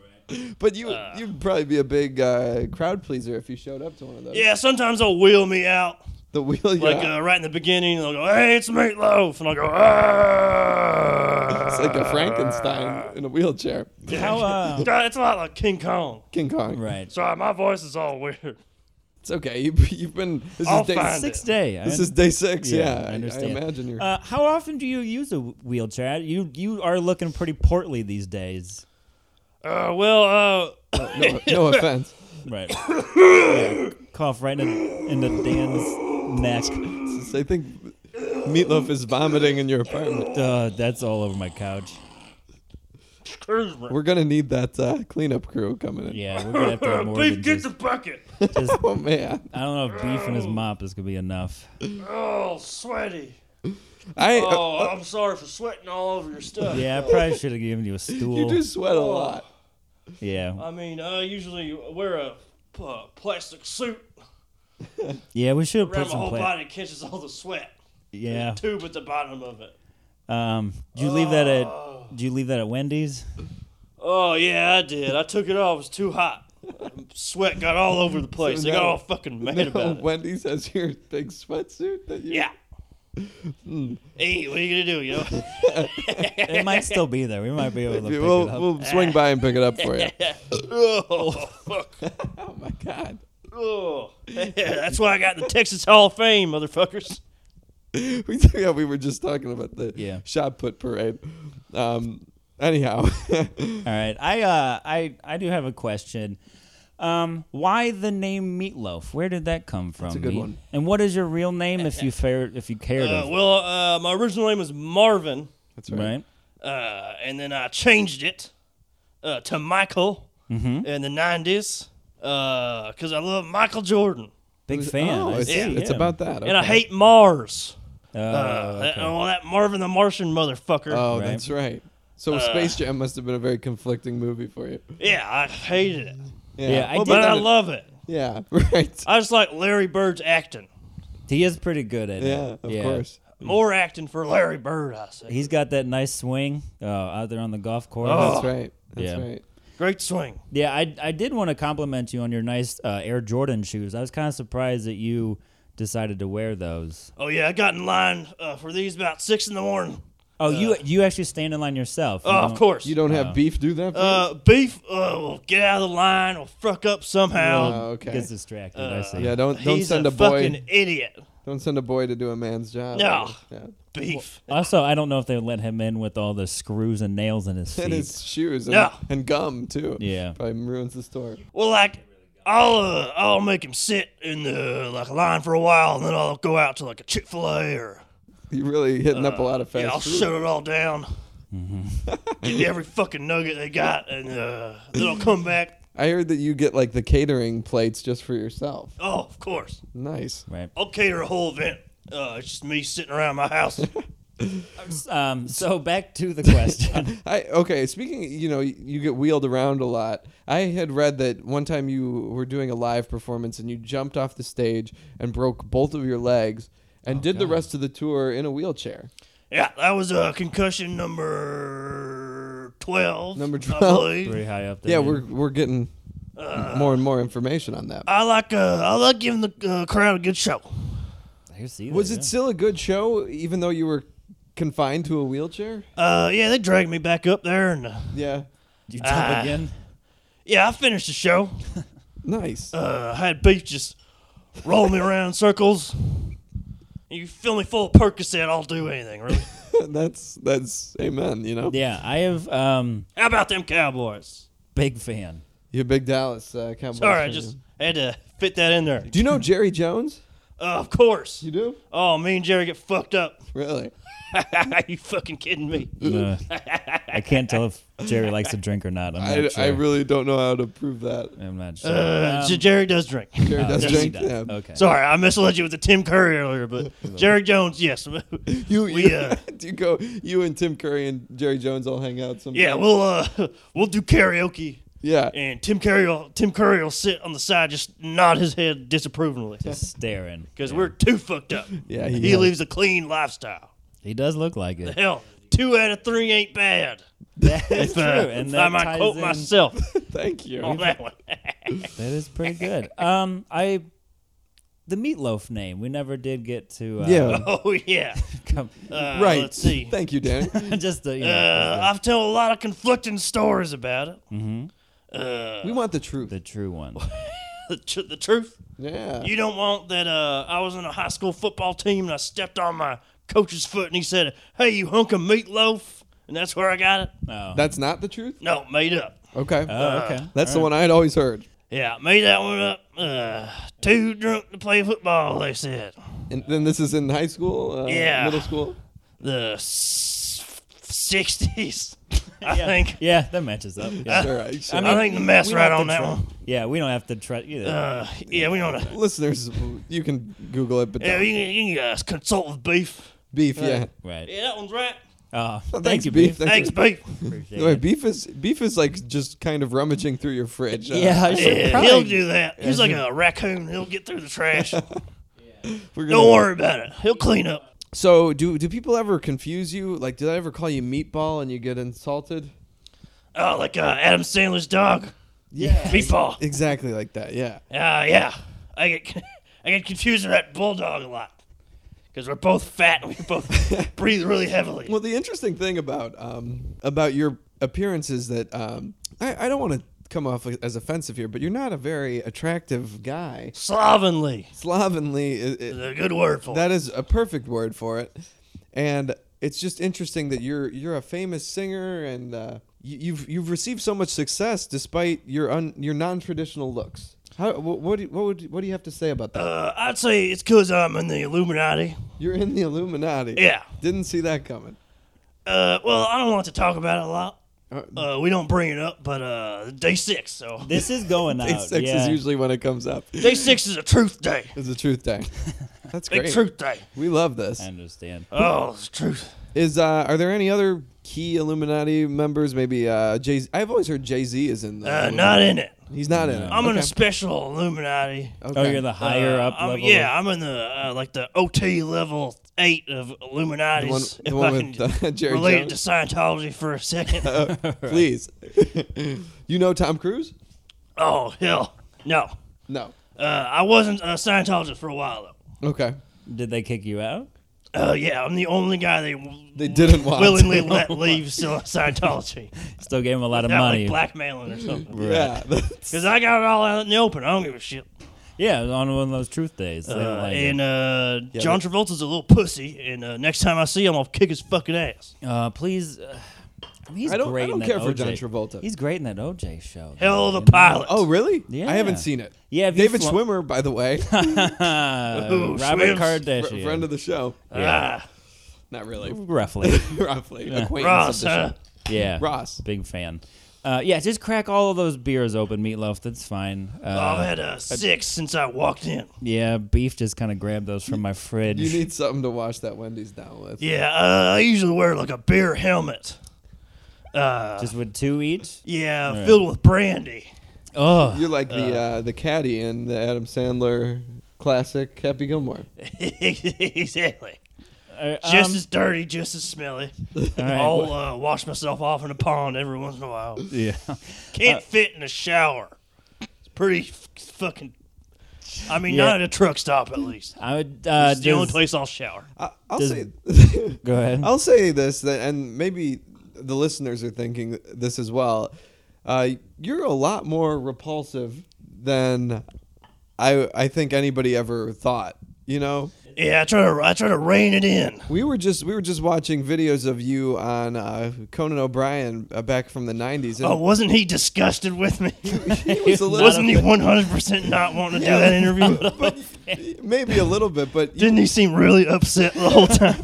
S3: But you
S4: Uh.
S3: you'd probably be a big uh, crowd pleaser if you showed up to one of those.
S4: Yeah, sometimes they'll wheel me out.
S3: The wheel.
S4: Like
S3: yeah.
S4: uh, right in the beginning, they'll go, "Hey, it's meatloaf," and I'll go,
S2: (laughs)
S4: "Ah."
S3: it's like a Frankenstein in a
S4: (laughs)
S3: wheelchair.
S2: How? Uh,
S4: God, it's a lot like King Kong.
S3: King Kong.
S2: right.
S4: Sorry, my voice is all weird.
S3: It's okay. You, you've been. This
S4: I'll
S3: is day
S4: find
S3: six.
S2: Six day. I
S3: This
S2: un-
S3: is day six.
S2: Yeah,
S3: Yeah,
S2: I
S3: I, I
S2: understand.
S3: imagine you're.
S2: Uh, how often do you use a w- wheelchair? You you are looking pretty portly these days.
S4: Uh, well, uh,
S3: no, (laughs)
S4: (laughs)
S3: no offense.
S2: Right. (coughs) Yeah, Cough right in, into Dan's neck.
S3: It's- I think Meatloaf is vomiting in your apartment.
S2: Uh, that's all over my couch.
S4: excuse me.
S3: We're gonna need that uh, cleanup crew coming in.
S2: Yeah, we're gonna have to have more
S4: Beef,
S2: than
S4: get
S2: just,
S4: the bucket.
S3: Oh man,
S2: I don't know if beef and his mop is gonna be enough.
S4: Oh, sweaty.
S3: I uh,
S4: Oh, I'm sorry for sweating all over your stuff.
S2: uh, Yeah, I probably should have given you a stool.
S3: you do sweat a lot.
S2: yeah,
S4: I mean, I usually wear a uh, plastic suit
S2: yeah, we should have
S4: around
S2: put
S4: my whole
S2: some. Pla-
S4: body. It catches all the sweat.
S2: yeah,
S4: Tube at the bottom of it.
S2: Um, do you leave that
S3: Oh.
S2: at? Do you leave that at Wendy's?
S4: Oh yeah, I did. I took it off. It was too hot. Sweat got all over the place. they got
S3: now-
S4: all fucking mad
S3: Oh,
S4: about it.
S3: Wendy's has your big sweatsuit that you.
S4: Yeah.
S2: Hmm.
S4: Hey, what are you gonna do? You know.
S2: (laughs) It might still be there. We might be
S3: (laughs)
S2: able to pick
S3: we'll,
S2: it up.
S3: we'll swing by and pick it up
S2: (laughs)
S3: for you.
S4: oh fuck.
S3: oh my god. (laughs)
S4: Oh. that's why I got in the Texas Hall of Fame, motherfuckers.
S3: We yeah, we were just talking about the
S2: Yeah.
S3: shot put parade. Um anyhow. (laughs)
S2: All right. I uh, I I do have a question. Um, why the name Meatloaf? Where did that come from? That's
S3: a good one.
S2: And what is your real name if
S3: (laughs)
S2: you fair if you care to?
S4: Uh, well, uh, my original name was Marvin,
S3: That's
S2: right.
S4: uh, and then I changed it uh, to Michael
S3: Mm-hmm.
S4: in the '90s because I love Michael Jordan,
S2: Big fan.
S3: Oh,
S2: I
S3: it's,
S2: see,
S3: it's
S2: yeah.
S3: about that.
S4: and I
S3: okay.
S4: hate Mars.
S2: Uh,
S4: Uh, that-
S2: okay.
S4: oh, that Marvin the Martian motherfucker.
S3: Oh,
S2: Right. Uh.
S3: that's right. So Space Jam must have been a very conflicting movie for you.
S4: yeah, I hated it,
S2: Yeah, I
S3: Well,
S2: did-
S4: but I
S3: then-
S4: love it.
S3: Yeah, (laughs) right.
S4: I just like Larry Bird's acting.
S2: He is pretty good at
S3: Yeah,
S2: it.
S3: of course.
S4: More acting for Larry Bird, I say.
S2: He's got that nice swing uh, out there on the golf course.
S4: Oh.
S3: That's right. That's
S2: Yeah.
S3: right.
S4: Great swing.
S2: Yeah, I, I did want to compliment you on your nice uh, Air Jordan shoes. I was kind of surprised that you decided to wear those.
S4: Oh yeah, I got in line uh, for these about six in the morning.
S2: Oh, you you actually stand in line yourself.
S4: Oh, of course.
S3: You don't have beef do that for you?
S4: Uh, beef uh, will get out of the line. Will fuck up somehow.
S3: Oh,
S2: Okay. Uh,
S3: okay.
S2: Gets distracted. I see.
S3: yeah, don't don't
S4: um, He's
S3: send
S4: a,
S3: a, boy
S4: fucking idiot.
S3: don't send a boy to do a man's job.
S4: No.
S3: Yeah.
S4: Beef.
S2: Also, I don't know if they would let him in with all the screws and nails in (laughs) his feet.
S3: And his shoes and,
S4: No.
S3: and gum too.
S2: Yeah.
S3: Probably ruins the store.
S4: Well, like I'll uh, I'll make him sit in the like line for a while, and then I'll go out to like a Chick Fil A or
S3: You really hitting up a lot of fast
S4: Uh, yeah, I'll
S3: food.
S4: shut it all down. Give me every fucking nugget they got, and uh, then I'll come back.
S3: I heard that you get like the catering plates just for yourself.
S4: Oh, of course.
S3: Nice.
S2: Right.
S4: I'll cater a whole event. Uh, it's just me sitting around my
S3: (laughs)
S4: house.
S2: Um, (laughs) so back to the (laughs) question.
S3: I okay. Speaking, you know, you get wheeled around a lot. I had read that one time you were doing a live performance and you jumped off the stage and broke both of your legs and
S4: Oh,
S3: did the rest of the tour in a wheelchair.
S4: yeah, that was uh, concussion number twelve.
S3: Number
S4: I
S3: 12.
S4: believe.
S2: Pretty high up there.
S3: Yeah, we're we're getting more and more information on that.
S4: I like uh, I like giving the uh, crowd a good show.
S2: I see
S3: Was
S2: that,
S3: it still a good show, even though you were confined to a wheelchair?
S4: Uh, yeah, they dragged me back up there, and uh,
S3: Yeah.
S2: yeah. You jump
S4: Ah.
S2: again.
S4: yeah, I finished the show.
S3: Nice.
S4: Uh, I had Beef just roll me around in circles. You fill me full of Percocet, I'll do anything, really.
S3: (laughs) that's that's amen. You know.
S2: Yeah, I have um
S4: How about them Cowboys?
S2: big (laughs) fan.
S3: You're a big Dallas uh, Cowboys.
S4: Sorry, I
S3: fan.
S4: just had to fit that in there.
S3: Do you know Jerry Jones?
S4: Uh, of course.
S3: You do?
S4: Oh, me and Jerry get fucked up. (laughs)
S3: Really?
S4: you fucking kidding me?
S2: Uh, I can't tell if Jerry likes to drink or not. I'm not
S3: I,
S2: sure.
S3: I really don't know how to prove that.
S2: I'm not sure.
S4: Uh, J-
S2: Um,
S4: Jerry does drink.
S3: Jared
S2: oh,
S3: does
S2: yes, he
S3: drink.
S2: does.
S3: Yeah.
S2: Okay.
S4: Sorry, I misled you with the Tim Curry earlier, but Jerry Jones, yes. (laughs)
S3: You,
S4: We,
S3: you,
S4: uh,
S3: do (laughs) you go. You and Tim Curry and Jerry Jones all hang out. Sometime.
S4: yeah, we'll uh, (laughs) we'll do karaoke,
S3: yeah.
S4: and Tim Curry will Tim Curry will sit on the side, just nod his head disapprovingly,
S2: Just staring.
S4: because we're too fucked up.
S3: Yeah,
S4: he,
S3: he has-
S4: lives a clean lifestyle.
S2: He does look like
S4: (laughs)
S2: it.
S4: Hell, two out of three ain't bad.
S2: That's
S4: If,
S2: true.
S4: uh,
S2: And
S4: if
S2: that
S4: I might
S2: ties
S4: quote
S2: in-
S4: myself
S3: Thank you.
S4: on that one. (laughs)
S2: That is pretty good. Um, I the meatloaf name. We never did get to. Uh,
S3: Yeah.
S4: oh yeah,
S2: Come, (laughs)
S4: uh,
S3: right.
S4: (laughs) Let's see.
S3: Thank you,
S4: (laughs)
S3: Danny.
S2: just the. You know,
S4: Uh, I've told a lot of conflicting stories about it. (laughs)
S3: we want the truth.
S2: the true one.
S4: The, tr- the truth,
S3: yeah.
S4: you don't want that. Uh, I was in a high school football team and I stepped on my coach's foot and he said, "Hey, you hunk of meatloaf," and that's where I got it.
S2: Oh.
S3: That's not the truth.
S4: No, made up.
S3: Okay.
S4: Uh,
S2: Oh, okay.
S3: That's the one I had always heard.
S4: Yeah, made that one up. Uh, too drunk to play football, they said.
S3: And then this is in high school. Uh,
S4: Yeah.
S3: Middle
S4: (laughs)
S3: school.
S4: The s- 60s, (laughs) I think.
S2: Yeah, that matches up. Yeah,
S3: All right. Sure.
S4: I, think the mess
S2: we
S4: right
S2: don't
S4: on that
S2: have
S4: one.
S2: to try- Yeah, we don't have to try. You know,
S4: Uh, yeah, we don't know.
S3: Listeners, you can Google it, but
S4: Yeah,
S3: don't.
S4: you can, you can uh, consult with beef.
S3: beef, yeah.
S2: right.
S4: Yeah, that one's right.
S2: Uh, thank
S3: thanks,
S2: you,
S3: Beef.
S2: Beef.
S3: Thanks.
S4: Thanks, beef.
S2: Appreciate
S3: Wait,
S2: it.
S3: beef is beef is like just kind of rummaging through your fridge. uh,
S2: Yeah, I should
S4: Yeah,
S2: probably-
S4: he'll do that. He's like a raccoon. He'll get through
S3: (laughs)
S4: the trash.
S3: we're gonna-
S4: Don't worry about it. He'll clean up.
S3: So, do do people ever confuse you? Like, did I ever call you meatball and you get insulted?
S4: Oh, like uh, Adam Sandler's dog.
S3: Yeah.
S4: Meatball.
S3: (laughs) Exactly like that. Yeah.
S4: Uh, yeah, I get (laughs) I get confused with that bulldog a lot because we're both fat and we
S3: (laughs)
S4: both breathe really heavily.
S3: Well, the interesting thing about um, about your appearance is that um, I, I don't want to come off as offensive here, but you're not a very attractive guy.
S4: Slovenly
S3: Slovenly, i- i-
S4: is a good word for
S3: that
S4: it.
S3: is a perfect word for it, and it's just interesting that you're you're a famous singer and uh, you, you've you've received so much success despite your un, your non traditional looks. How what what do, you- what, would, what do you have to say about that?
S4: Uh, I'd say it's because I'm in the Illuminati.
S3: You're in the Illuminati.
S4: Yeah.
S3: didn't see that coming.
S4: Uh, well, I don't want to talk about it a lot.
S3: Uh,
S4: Uh, we don't bring it up, but uh, day six. So
S2: This is
S4: (laughs) Oh,
S2: going out.
S3: Day six
S2: yeah.
S3: is usually when it comes up.
S4: day six is a truth day.
S3: It's a truth
S4: (laughs)
S3: day. That's
S4: Big
S3: great.
S4: truth day.
S3: We love this.
S2: I understand.
S4: Oh, it's truth.
S3: Is uh, are there any other key Illuminati members? Maybe uh, Jay. I've always heard Jay Z is in. The
S4: Uh,
S3: Illuminati.
S4: not in it.
S3: He's not in. it.
S4: I'm in
S3: okay.
S4: a special Illuminati.
S2: Oh,
S3: Okay.
S2: you're the higher
S4: Uh,
S2: up
S4: I'm,
S2: level.
S4: Yeah, I'm in the uh, like the OT level eight of Illuminati.
S3: The one- the
S4: if
S3: one
S4: I
S3: with,
S4: can
S3: uh, (laughs) Jerry
S4: relate it to
S3: Jones?
S4: Scientology for
S3: (laughs)
S4: a second.
S3: Please. (laughs) you know Tom Cruise?
S4: oh hell, no.
S3: No.
S4: Uh, I wasn't a Scientologist for a while
S3: Okay.
S2: Did they kick you out?
S4: though. Uh, yeah, I'm the only guy they w-
S3: They didn't want.
S2: (laughs)
S4: willingly let leave still in Scientology.
S2: Still gave him a lot of
S4: Not
S2: money.
S4: like blackmailing or
S3: (laughs)
S4: something.
S3: Yeah. that's-
S4: Because I got it all out in the open. I don't give a shit.
S2: yeah, on one of those truth days. They don't
S4: Uh,
S2: like it.
S4: and uh, John Travolta's a little pussy, and uh, next time I see him, I'll kick his fucking ass.
S2: Uh, please. Uh, (sighs) I mean, he's
S3: I don't- I
S2: great in
S3: don't
S2: that
S3: care for
S2: OJ.
S3: John Travolta.
S2: He's great in that OJ show.
S4: Hell of
S2: though,
S4: a
S2: you know?
S4: pilot.
S3: oh, really?
S2: Yeah.
S3: I haven't seen it.
S2: Yeah, if you
S3: David
S2: flo-
S3: Schwimmer, by
S2: (laughs)
S3: the way, fr-
S2: Uh,
S4: Ooh,
S2: Robert
S4: Swims.
S2: Kardashian.
S3: friend of the show.
S4: Ah,
S3: Not
S2: (laughs)
S3: really. (laughs)
S2: Roughly.
S3: Roughly. Acquaintance
S4: Ross,
S3: of the
S4: huh?
S3: show.
S2: Yeah.
S3: Ross.
S2: Big fan. Uh, yeah, just crack all of those beers open, Meatloaf. That's fine.
S4: Oh,
S2: Uh,
S4: I've had a six since I walked in.
S2: yeah, Beef just kind of grabbed those from my fridge.
S3: You need something to wash that Wendy's down with.
S4: Yeah, uh, I usually wear like a beer helmet. Uh,
S2: just with two each?
S4: yeah, filled with brandy. (laughs)
S2: Oh,
S3: You're like the uh, the caddy in the Adam Sandler classic Happy Gilmore.
S4: exactly. Just
S2: um,
S4: as dirty, just
S2: (laughs)
S4: as smelly.
S2: right,
S4: I'll uh, wash myself off in a pond every once in a while.
S2: yeah.
S4: Can't fit in a shower. It's pretty f- fucking. I mean,
S2: Yeah.
S4: not at a truck stop, at least.
S2: (laughs) I would. Uh,
S4: It's the only
S2: just-
S4: place I'll shower.
S3: I, I'll
S2: Does-
S3: say.
S2: (laughs) Go ahead.
S3: I'll say this, that, and maybe the listeners are thinking this as well. Uh, you're a lot more repulsive than I I think anybody ever thought. You know,
S4: Yeah, I try to I try to rein it in.
S3: we were just we were just watching videos of you on uh, Conan O'Brien uh, back from the '90s. And
S4: Oh, wasn't he disgusted with me?
S3: (laughs) he was a little,
S4: wasn't he one hundred percent not wanting to do that (laughs) interview?
S3: maybe a little bit, but
S4: (laughs) Didn't he seem really upset the whole time?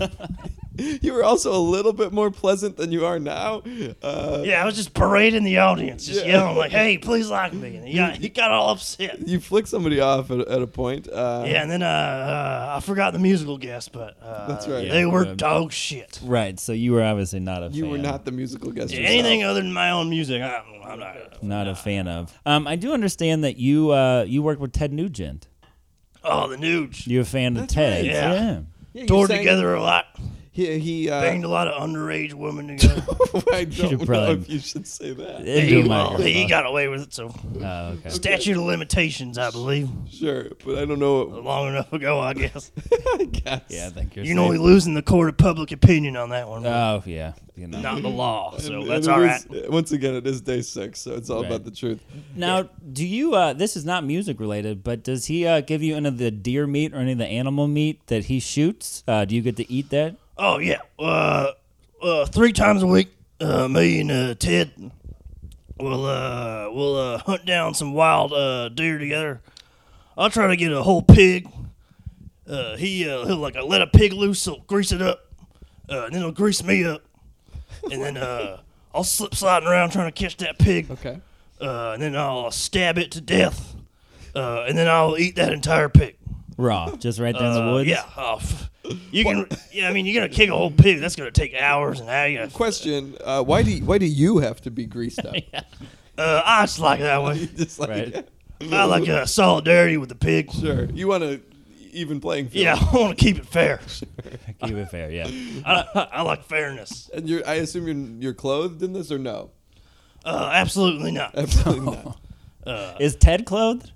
S3: you were also a little bit more pleasant than you are now. Uh,
S4: Yeah, I was just parading the audience, just
S3: Yeah.
S4: yelling like, "Hey, please like me!" And he got, he got all upset.
S3: You flick somebody off at, at a point. Uh,
S4: Yeah, and then uh, uh, I forgot the musical guest, but uh,
S3: That's right.
S4: they were
S2: Yeah.
S4: dog shit.
S2: Right. So you were obviously not a
S3: You
S2: fan.
S3: were not the musical guest.
S4: Yeah,
S3: yourself.
S4: anything other than my own music, I, I'm not.
S2: not a fan of. Um, I do understand that you uh, you work with Ted Nugent.
S4: Oh, the Nudes
S2: You're a fan of Ted.
S4: right. Yeah.
S3: Yeah, you
S4: toured
S3: sang-
S4: together a lot,
S3: He, he uh,
S4: banged a lot of underage women
S3: (laughs)
S4: together.
S3: I don't know
S2: probably-
S3: if you should say that.
S2: It do
S4: he,
S2: my
S4: well, he got away with it, so
S2: Oh, okay.
S4: statute of limitations, I believe.
S3: Sure, but I don't know.
S4: Long enough ago, I
S3: (laughs)
S4: guess.
S3: What, I guess.
S2: Oh. Yeah, I think you're.
S4: You know, we
S2: safe.
S4: losing the court of public opinion on that one.
S2: Oh yeah. You know.
S4: not the law,
S3: (laughs)
S4: so
S3: And-
S4: that's
S3: and
S4: all
S3: Uh, it
S4: right.
S3: is- uh, Once again, it is day six, so it's all
S2: Right.
S3: about the truth.
S2: Now, do you? Uh, this is not music related, but does he uh, give you any of the deer meat or any of the animal meat that he shoots? Uh, do you get to eat that?
S4: Oh yeah, uh, uh, three times a week, uh, me and uh, Ted will uh, will uh, hunt down some wild uh, deer together. I'll try to get a whole pig. Uh, he uh, he'll like uh, let a pig loose, he'll grease it up, uh, and then he'll grease me up, and then uh, (laughs) I'll slip sliding around trying to catch that pig,
S3: Okay.
S4: uh, and then I'll stab it to death, uh, and then I'll eat that entire pig.
S2: Raw, just right there in
S4: Uh,
S2: the woods.
S4: Yeah, oh, f- you can. yeah, I mean, you're gonna kick a whole pig. That's gonna take hours and hours.
S3: Question: uh, Why do you, why do you have to be greased
S2: (laughs)
S3: up? (laughs)
S4: Uh, I just like it that way.
S3: Just like
S2: Right.
S4: I like uh, solidarity with the
S3: (laughs)
S4: pig.
S3: sure, you want to even playing field.
S4: Yeah, (laughs) I want to keep it fair.
S2: Keep it fair. Yeah.
S4: I, I like fairness.
S3: And you're, I assume you're you're clothed in this
S2: (laughs)
S3: or no?
S4: Uh, absolutely not.
S3: Absolutely not.
S2: (laughs) Is Ted clothed?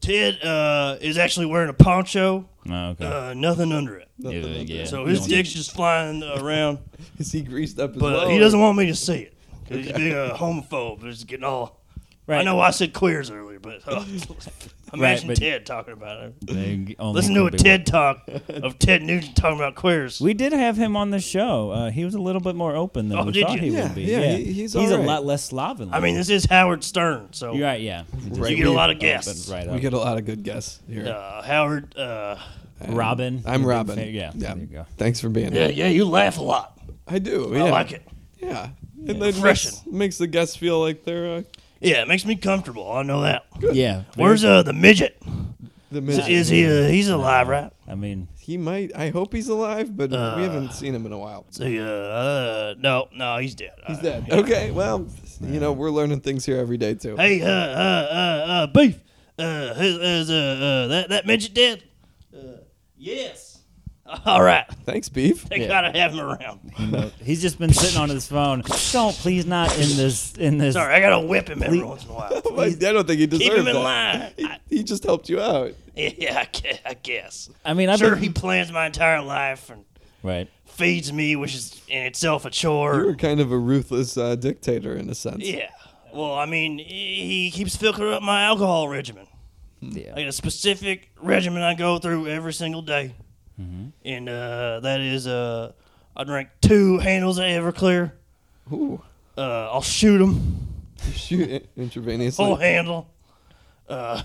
S4: Ted uh, is actually wearing a poncho.
S2: Oh, okay.
S4: Uh, nothing under it.
S2: Ew, (laughs) yeah.
S4: So his dick's just flying around,
S2: (laughs)
S3: Is he greased up as
S4: but
S3: well?
S4: he
S3: or-
S4: doesn't want me to see it because he's a big uh, homophobe. He's getting all. I
S2: Right.
S4: know I said queers earlier, but
S2: (laughs)
S4: uh, imagine
S2: but-
S4: Ted talking about it.
S2: They only
S4: Listen to
S2: can
S4: a
S2: be
S4: TED talk of Ted Nugent talking about queers.
S2: We did have him on the show. Uh, he was a little bit more open than
S4: Oh,
S2: we
S4: did
S2: thought
S4: you?
S2: he
S3: Yeah,
S2: would be.
S3: yeah, he- he's all
S2: a
S3: right.
S2: lot less slovenly.
S4: I mean, this is Howard Stern, so
S2: You're right, yeah. He just
S3: Right.
S4: you get a
S3: we-
S4: lot of guests.
S2: opened right
S3: We
S2: up.
S3: get a lot of good guests here.
S4: Uh, Howard, uh,
S2: Robin.
S3: I'm
S2: You're a big
S3: Robin.
S2: fan- Yeah,
S3: yeah.
S2: There you go.
S3: Thanks for being
S4: yeah,
S3: here.
S4: yeah, you laugh a lot.
S3: I do.
S4: I
S3: yeah.
S4: like it.
S3: Yeah. And that makes,
S4: Refreshing.
S3: makes the guests feel like they're uh,
S4: Yeah, it makes me comfortable. I know that.
S2: Yeah.
S4: Where's uh, the midget?
S3: the
S4: Is,
S3: midget.
S4: is he? Uh, he's alive, right?
S2: I mean,
S3: He might. I hope he's alive, but
S4: Uh.
S3: we haven't seen him in a while.
S4: So, uh, uh, no, no, he's dead. Uh,
S3: He's dead. Okay. Well, you know, we're learning things here every day too.
S4: Hey, uh, uh, uh, uh, beef. Uh, is, is, uh, uh, that that midget dead? Uh, yes. (laughs) All right.
S3: Thanks, Beef. (laughs)
S4: They gotta have him around.
S2: he's just been sitting on his phone. Don't please not in this in this.
S4: Sorry, I gotta whip him every once in a while.
S3: Like, I don't think he deserved
S4: Keep him in
S3: that.
S4: line. (laughs) I-
S3: He, he just helped you out.
S4: yeah, I gue- I guess.
S2: I mean, I've
S4: sure,
S2: been
S4: he plans my entire life and
S2: right.
S4: feeds me, which is in itself a
S3: You were
S4: chore.
S3: kind of a ruthless uh, dictator in a sense.
S4: Yeah. Well, I mean, he he keeps filling up my alcohol regimen.
S2: Yeah.
S4: Like a specific regimen I go through every single day. And uh, that is uh, I drink two handles of Everclear.
S3: Ooh. (laughs)
S4: Uh, I'll shoot them.
S3: You Shoot it intravenously.
S4: Full handle. Uh,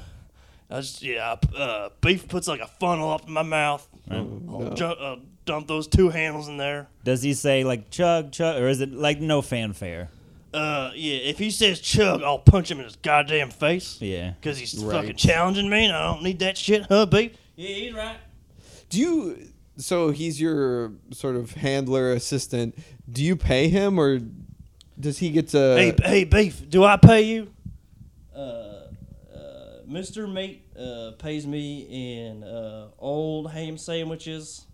S4: I just, yeah, uh, beef puts like a funnel up in my mouth. I'll
S3: Oh, no.
S4: ju- uh, dump those two handles in there.
S2: Does he say like chug chug or is it like no fanfare?
S4: Uh, yeah, if he says chug, I'll punch him in his goddamn face.
S2: Yeah.
S4: Because he's
S3: Right.
S4: fucking challenging me, and I don't need that shit, huh, B? Yeah, he's right.
S3: Do you? So he's your sort of handler assistant. Do you pay him, or does he get to?
S4: hey, hey, Beef, do I pay you? Uh, uh, Mr. Meat uh, pays me in uh, old ham sandwiches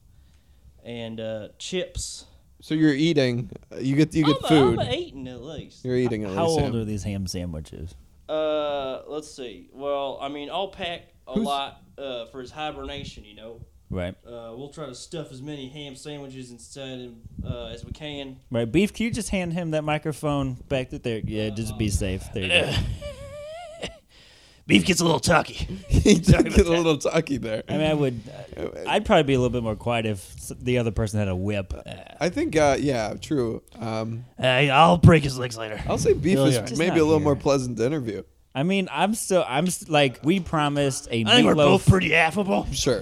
S4: and uh, chips.
S3: So you're eating. You get you get
S4: I'm,
S3: food.
S4: I'm eating at least.
S3: you're eating at
S2: How
S3: least.
S2: old
S3: yeah.
S2: are these ham sandwiches?
S4: Uh, let's see. Well, I mean, I'll pack a
S3: Who's-
S4: lot uh, for his hibernation, you know.
S2: Right.
S4: Uh, we'll try to stuff as many ham sandwiches inside him uh, as we can.
S2: Right. Beef, can you just hand him that microphone back to there? Yeah, just be safe. There you go.
S4: Beef gets a little talky.
S3: (laughs) he did
S4: Sorry
S3: get
S4: about
S3: a
S4: that.
S3: little talky there.
S2: I mean, I would. I'd probably be a little bit more quiet if s- the other person had a whip.
S3: I think, uh, yeah, true. Um,
S4: Hey, I'll break his legs later.
S2: Oh,
S3: I'll say beef
S2: Hell
S3: is
S2: yeah. Just
S3: maybe
S2: not
S3: a little
S2: here.
S3: more pleasant to interview.
S2: I mean, I'm still. I'm s like we promised a
S4: I think
S2: meatloaf. (laughs)
S4: we're both pretty affable.
S3: Sure.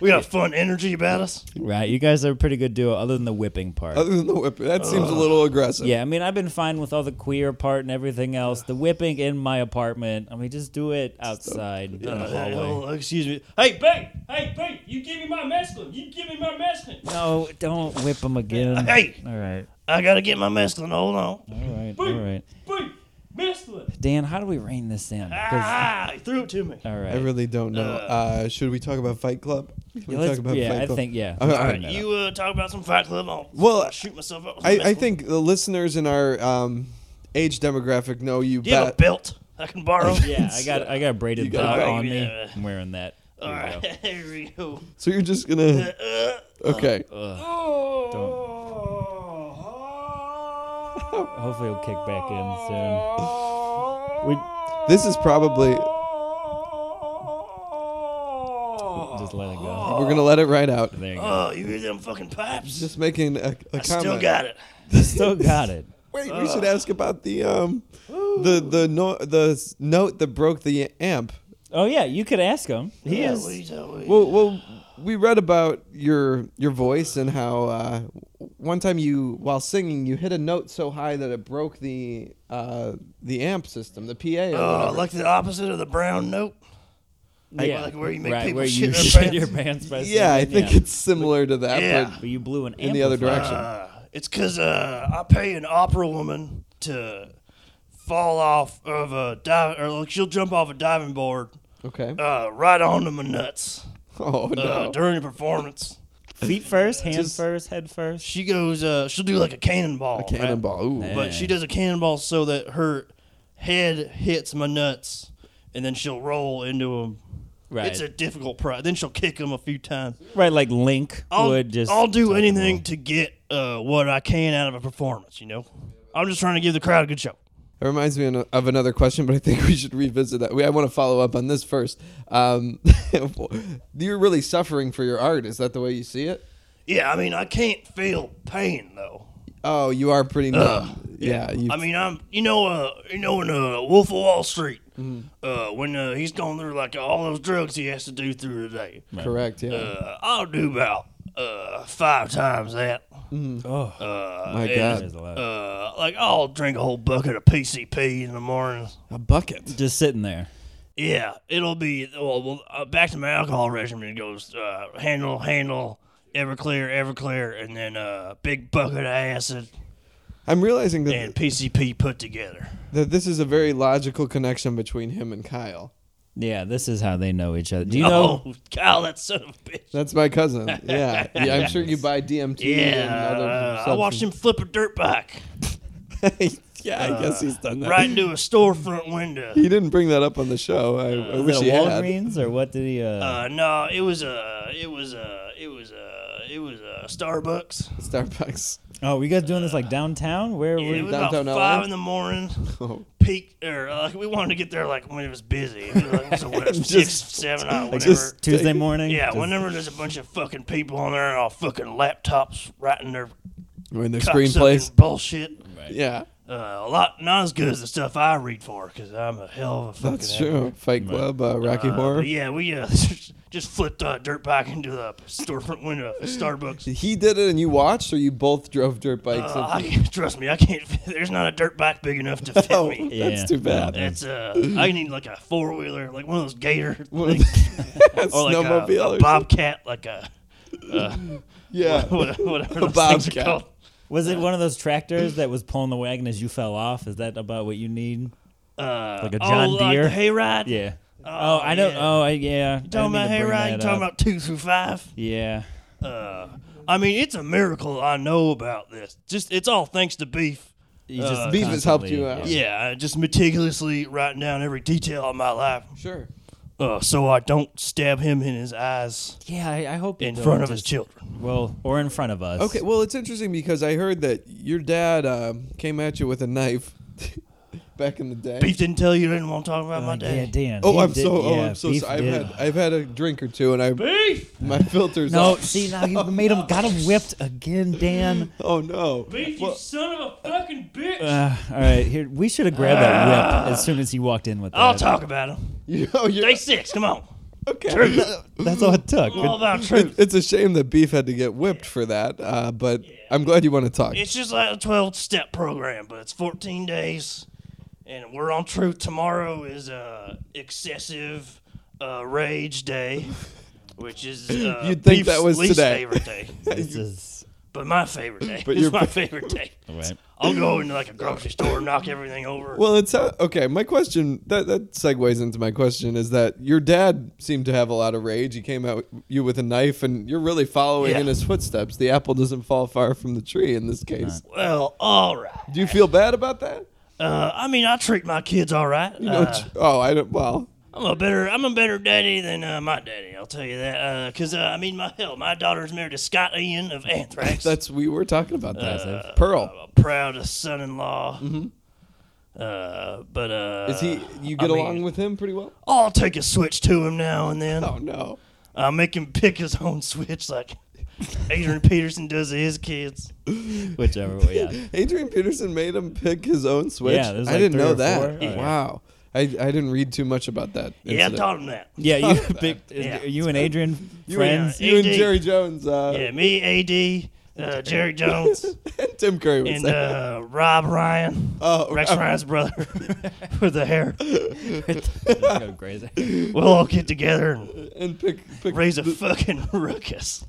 S4: We got fun energy about us.
S2: Right, you guys are a pretty good duo, other than the whipping part.
S3: (laughs) Other than the whipping, that seems a little aggressive.
S2: yeah, I mean, I've been fine with all the queer part and everything else. The whipping in my apartment. I mean, just do it outside in the
S4: Hey,
S2: hallway.
S4: oh, excuse me. Hey, babe. Hey, babe. You give me my masculine. You give me my masculine.
S2: No, don't whip them
S3: (laughs)
S2: again.
S4: Hey.
S2: All right,
S4: I gotta get my masculine. Hold on.
S2: all right, all right.
S4: Babe, masculine.
S2: Dan, how do we rein this in? 'Cause-
S4: Ah, he threw it to me.
S2: All right.
S3: I really don't know. Uh, should we talk about Fight Club? Should we
S2: let's-
S3: talk about
S2: yeah,
S3: Fight
S2: I
S3: Club?
S2: think- yeah.
S3: All
S2: Let's
S3: right.
S2: bring that up.
S4: You uh, talk about some Fight Club. I'll
S3: Well,
S4: shoot myself up. with
S3: I,
S4: some
S3: I
S4: masculine.
S3: think the listeners in our um, age demographic know you
S4: Do you have a
S3: bet.
S4: belt I can
S2: (laughs)
S4: borrow?
S2: Yeah, I got I got a braided
S3: got
S2: belt
S3: a
S2: on me.
S4: braid, yeah.
S2: I'm wearing that. There
S4: All
S2: we
S4: right.
S2: go.
S4: (laughs) Here we go.
S3: So you're just gonna
S4: Uh,
S3: okay.
S4: oh.
S2: Hopefully, he'll kick back in soon.
S3: We, this is probably
S2: Just let it go.
S3: we're gonna let it right out.
S2: There you go.
S4: Uh, Oh, you hear them fucking pipes?
S3: Just making a, a
S4: I still
S3: comment.
S4: got it.
S2: Still got it.
S3: Wait, we should ask about the um the the no, the s- note that broke the amp.
S2: Oh yeah, you could ask him. He
S4: Yeah,
S2: is.
S4: what are you talking about?
S3: Well, well, we read about your your voice and how uh, one time you while singing you hit a note so high that it broke the uh, the amp system, the PA. Or
S4: Oh,
S3: whatever.
S4: like the opposite of the brown note. Like,
S2: yeah.
S4: like where you make
S2: right
S4: people (laughs)
S2: where
S4: shit
S2: you
S4: their
S2: shit
S4: pants.
S2: your pants
S4: (laughs)
S2: by
S3: yeah, I
S2: singing,
S3: think
S2: yeah.
S3: it's similar to that,
S4: Yeah.
S2: But you blew an
S3: but in the other
S2: amplifier.
S3: direction.
S4: Uh, it's because uh, I pay an opera woman to fall off of a dive, or like she'll jump off a diving board
S3: okay. (laughs)
S4: uh, right onto my nuts
S3: oh no.
S4: uh, during a performance.
S2: Feet first,
S4: (laughs)
S2: hands
S3: Just-
S2: first, head first.
S4: She goes, uh, she'll do like a cannonball.
S3: a
S4: right?
S3: cannonball. Ooh.
S2: Yeah.
S4: But she does a cannonball so that her head hits my nuts, and then she'll roll into them.
S2: Right.
S4: It's a difficult pro. Then she'll kick them a few times.
S2: Right, like Link
S4: I'll,
S2: would just.
S4: I'll do
S2: Well,
S4: anything to get uh, what I can out of a performance, you know? I'm just trying to give the crowd a good show.
S3: It reminds me an- of another question, but I think we should revisit that. We, I want to follow up on this first. Um, (laughs) you're really suffering for your art. Is that the way you see it?
S4: Yeah, I mean, I can't feel pain, though.
S3: Oh, you are pretty numb. Yeah. you,
S4: I mean, I'm you know uh you know in uh, Wolf of Wall Street
S2: Mm-hmm.
S4: uh when uh, he's going through like all those drugs he has to do through the day.
S3: correct. Yeah.
S4: Uh, I'll do about uh five times that.
S2: Oh,
S4: Uh,
S3: My
S4: and,
S2: that is a lot.
S4: Uh, like I'll drink a whole bucket of PCP in the morning.
S3: a bucket.
S2: just sitting there.
S4: Yeah, it'll be well. well uh, back to my alcohol regimen it goes uh, handle, handle, Everclear, Everclear, and then uh, big bucket of acid
S3: I'm realizing that,
S4: and PCP put together.
S3: that this is a very logical connection between him and Kyle.
S2: Yeah, this is how they know each other. Do you know?
S4: oh, Kyle, that son of a bitch.
S3: That's my cousin. Yeah. yeah I'm sure you buy DMT and
S4: Yeah,
S3: other
S4: uh, I watched him flip a dirt bike
S3: substances. (laughs) yeah, I guess he's done that.
S4: right into a
S2: (laughs)
S4: storefront window.
S3: He didn't bring that up on the show. I, I wish
S2: Was Uh, it
S3: he
S2: a
S3: had.
S2: Walgreens or what did he? Uh,
S4: Uh, no, it was a, it was a, it was a, it was a Starbucks.
S3: Starbucks. (laughs)
S2: oh, were you guys doing this like downtown? Where were?
S4: It
S2: you?
S4: was
S3: downtown
S4: about
S3: LA?
S4: five in the morning.
S3: Oh,
S4: peak or uh, like we wanted to get there like when it was busy. It was,
S3: (laughs)
S4: like, so what, six, seven, uh, whenever.
S3: just-
S2: Tuesday morning.
S4: (laughs) yeah,
S2: Just-
S4: whenever there's a bunch of fucking people on there and all fucking laptops writing their
S3: when the
S4: screenplays
S3: screenplays.
S4: bullshit.
S3: (laughs) Yeah.
S4: Uh, a lot not as good as the stuff I read for because I'm a hell of a fucking.
S3: That's true. Fight Club, uh, Rocky
S4: Uh,
S3: Horror.
S4: but yeah, we uh, (laughs) just flipped uh, dirt bike into the storefront window of Starbucks.
S3: He did it, and (laughs) you watched, or you both drove dirt bikes.
S4: Uh,
S3: and-
S4: I, can't- trust me, I can't. (laughs) There's not a dirt bike big enough
S3: (laughs)
S4: to fit
S3: oh,
S4: me. (laughs)
S2: Yeah.
S3: that's too bad.
S4: It's uh, I need like a four wheeler, like one of those Gator
S3: One of (laughs)
S4: (laughs) things. or like uh,
S3: Snowmobile,
S4: a,
S3: or
S4: a bobcat, like a (laughs) uh,
S3: yeah.
S4: what- whatever those things are
S3: bobcat.
S4: called.
S2: Was it one of those tractors that was pulling the wagon as you fell off? Is that about what you need?
S4: Uh,
S2: Like a
S4: oh,
S2: John Deere?
S4: like the hayride.
S2: Yeah.
S4: Oh,
S2: Oh, I don't.
S4: yeah.
S2: Oh, I, yeah. I
S4: talking
S2: didn't
S4: about
S2: mean to bring
S4: hayride. You
S2: that
S4: talking
S2: up.
S4: about two through five?
S2: Yeah.
S4: Uh, I mean, it's a miracle I know about this. Just it's all thanks to beef.
S2: You
S4: Uh,
S3: Beef has helped you out.
S2: Yeah.
S4: Yeah, I just meticulously writing down every detail of my life,
S3: Sure.
S4: uh, so I don't stab him in his eyes
S2: Yeah, I, I hope you
S4: in
S2: don't
S4: front of his
S2: just-
S4: children.
S2: Well, or in front of us.
S3: Okay. Well, it's interesting because I heard that your dad um, came at you with a knife (laughs) back in the day.
S4: Beef didn't tell you, didn't want to talk about my
S2: Oh, yeah,
S4: dad.
S2: Dan.
S3: Oh,
S2: he
S3: I'm
S2: did-
S3: so. Oh,
S2: yeah,
S3: I'm so.
S2: Beef
S3: Sorry. I've
S2: did.
S3: had I've had a drink or two, and I
S4: Beef.
S3: my filters.
S2: No,
S3: off.
S2: see now you made him, got him whipped again, Dan.
S3: (laughs) Oh no. Well,
S4: son of a fucking bitch.
S2: Uh, all right, here we should have grabbed that whip as soon as he walked in with that.
S4: I'll talk about him.
S3: (laughs) you know, you're,
S4: Day six, come on. (laughs)
S3: Okay.
S2: That's all it took.
S4: All about
S3: It-
S4: truth.
S3: it's a shame that Beef had to get whipped for that, uh, but I'm glad you want to talk.
S4: It's just like a 12 step program, but it's 14 days. And we're on truth. Tomorrow is uh, excessive uh, rage day, which is uh,
S3: (clears throat) You'd think
S4: Beef's
S3: that was
S4: least
S3: today. (laughs)
S4: favorite day,
S2: This is
S4: but my favorite day.
S3: But
S4: it's
S3: you're-
S4: my favorite day.
S2: right.
S4: I'll go into like a grocery store, knock everything over.
S3: Well, it's uh, okay. My question that that segues into my question is that your dad seemed to have a lot of rage. He came at you with a knife, and you're really following
S4: Yeah.
S3: in his footsteps. The apple doesn't fall far from the tree in this case.
S4: well, all right.
S3: Do you feel bad about that?
S4: Uh, I mean, I treat my kids all right.
S3: You know,
S4: Uh,
S3: tr- oh, I don't. Well,
S4: I'm a better I'm a better daddy than uh, my daddy. I'll tell you that. Because uh, I mean, my hell, my daughter's married to Scott Ian of
S3: (laughs)
S4: Anthrax.
S3: that's we were talking about that.
S4: Uh,
S3: Pearl,
S4: I'm a proud son-in-law. Uh, but uh,
S3: Mm-hmm. is he? You get
S4: I mean,
S3: along with him pretty well?
S4: I'll take a switch to him now and then.
S3: Oh no.
S4: I make him pick his own switch, like
S3: (laughs)
S4: Adrian Peterson does to his kids.
S2: Whichever way. Yeah.
S3: Adrian Peterson made him pick his own switch.
S2: Yeah, there's
S3: I
S2: like
S3: didn't
S2: three
S3: know
S2: or
S3: that.
S2: four. Oh, yeah.
S3: Wow. I, I didn't read too much about that.
S4: Yeah, I
S3: incident.
S4: taught him that.
S2: Yeah.
S3: (laughs)
S2: You, big,
S4: Yeah.
S2: you and Adrian
S3: you and,
S2: friends. (laughs)
S4: yeah.
S3: you and
S4: AD.
S3: Jerry Jones uh,
S4: Yeah, me, AD, uh,
S3: (laughs)
S4: Jerry Jones,
S3: and Tim Curry was
S4: and
S3: there.
S4: uh, Rob Ryan,
S3: Oh,
S4: Rex
S3: Rob-
S4: Ryan's brother, (laughs) with the hair.
S2: Go crazy.
S4: We'll all get together and
S3: (laughs) and pick, pick
S4: raise a
S3: the-
S4: fucking (laughs) ruckus.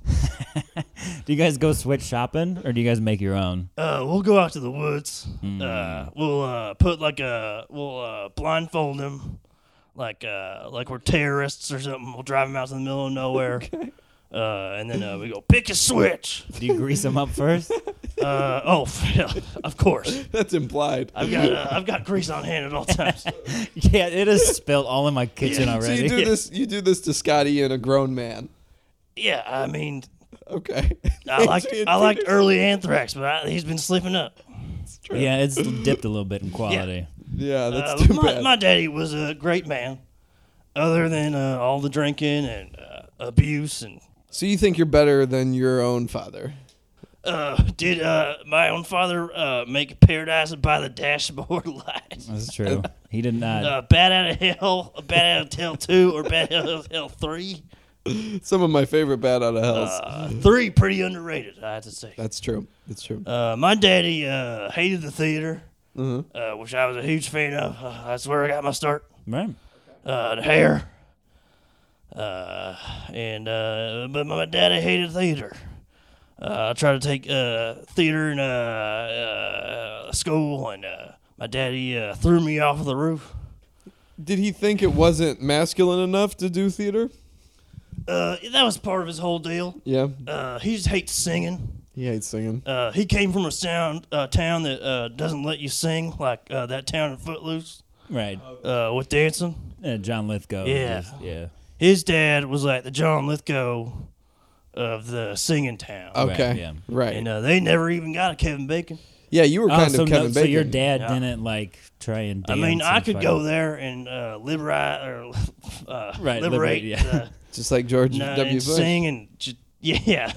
S2: Do you guys go switch shopping or do you guys make your own?
S4: Uh, we'll go out to the woods.
S3: Hmm.
S4: Uh, we'll uh, put like a we'll uh, blindfold him, like uh, like we're terrorists or something. We'll drive him out to the middle
S3: (laughs)
S4: of nowhere, uh, and then uh, we go pick a switch.
S2: Do you grease them up first?
S3: (laughs)
S4: Uh, oh, yeah, of course.
S3: That's implied.
S4: I've got uh, I've got grease on hand at
S3: (laughs)
S4: all times.
S2: (laughs) yeah, it is spilled all in my kitchen
S4: Yeah.
S3: so
S2: already. (laughs)
S3: you do this. You do this to Scotty and a grown man.
S4: Yeah, I mean,
S3: Okay.
S4: I liked
S3: (laughs) Adrian
S4: I liked
S3: Peterson.
S4: early anthrax, but I, he's been slipping up.
S2: yeah, it's dipped a little bit in quality.
S3: Yeah, that's
S4: Uh,
S3: too
S4: my,
S3: bad.
S4: my daddy was a great man, other than uh, all the drinking and uh, abuse and
S3: so you think you're better than your own father? (laughs)
S4: uh, did uh, my own father uh, make paradise by the dashboard (laughs) light?
S2: That's true. He did not.
S4: Uh, bad out of hell, bad out of hell two, or bad out of hell three.
S3: Some of my favorite bad out of hells.
S4: Uh, three pretty underrated, I have to say.
S3: that's true. That's true.
S4: Uh, my daddy uh, hated the theater, uh, which I was a huge fan of. Uh, that's where I got my start.
S2: right.
S4: uh, the hair. Uh, and uh, but my daddy hated theater. Uh, I tried to take uh, theater in uh, uh, school, and uh, my daddy uh, threw me off of the roof.
S3: Did he think it wasn't masculine enough to do theater?
S4: Uh, that was part of his whole deal.
S3: Yeah,
S4: Uh, he just hates singing.
S3: he hates singing.
S4: Uh, he came from a sound uh, town that uh, doesn't let you sing, like uh, that town in Footloose
S2: Right.
S4: uh, with dancing.
S2: Uh, John Lithgow.
S4: Yeah.
S2: just- yeah. Oh,
S4: His dad was like the John Lithgow of the singing town.
S3: Okay,
S2: Right, yeah.
S3: right.
S4: And uh, they never even got a Kevin Bacon.
S3: yeah, you were
S2: Oh,
S3: kind
S2: so,
S3: of
S2: no,
S3: Kevin
S2: so
S3: Bacon.
S2: your dad
S4: Yeah.
S2: didn't like try and.
S4: I
S2: Dance
S4: mean, I
S2: and
S4: could
S2: fight.
S4: go there and uh, liberate or (laughs) uh,
S2: Right, liberate,
S4: liberate,
S2: yeah. (laughs)
S4: uh,
S3: just like George
S4: no,
S3: W. Bush.
S4: and sing and ju- (laughs) yeah,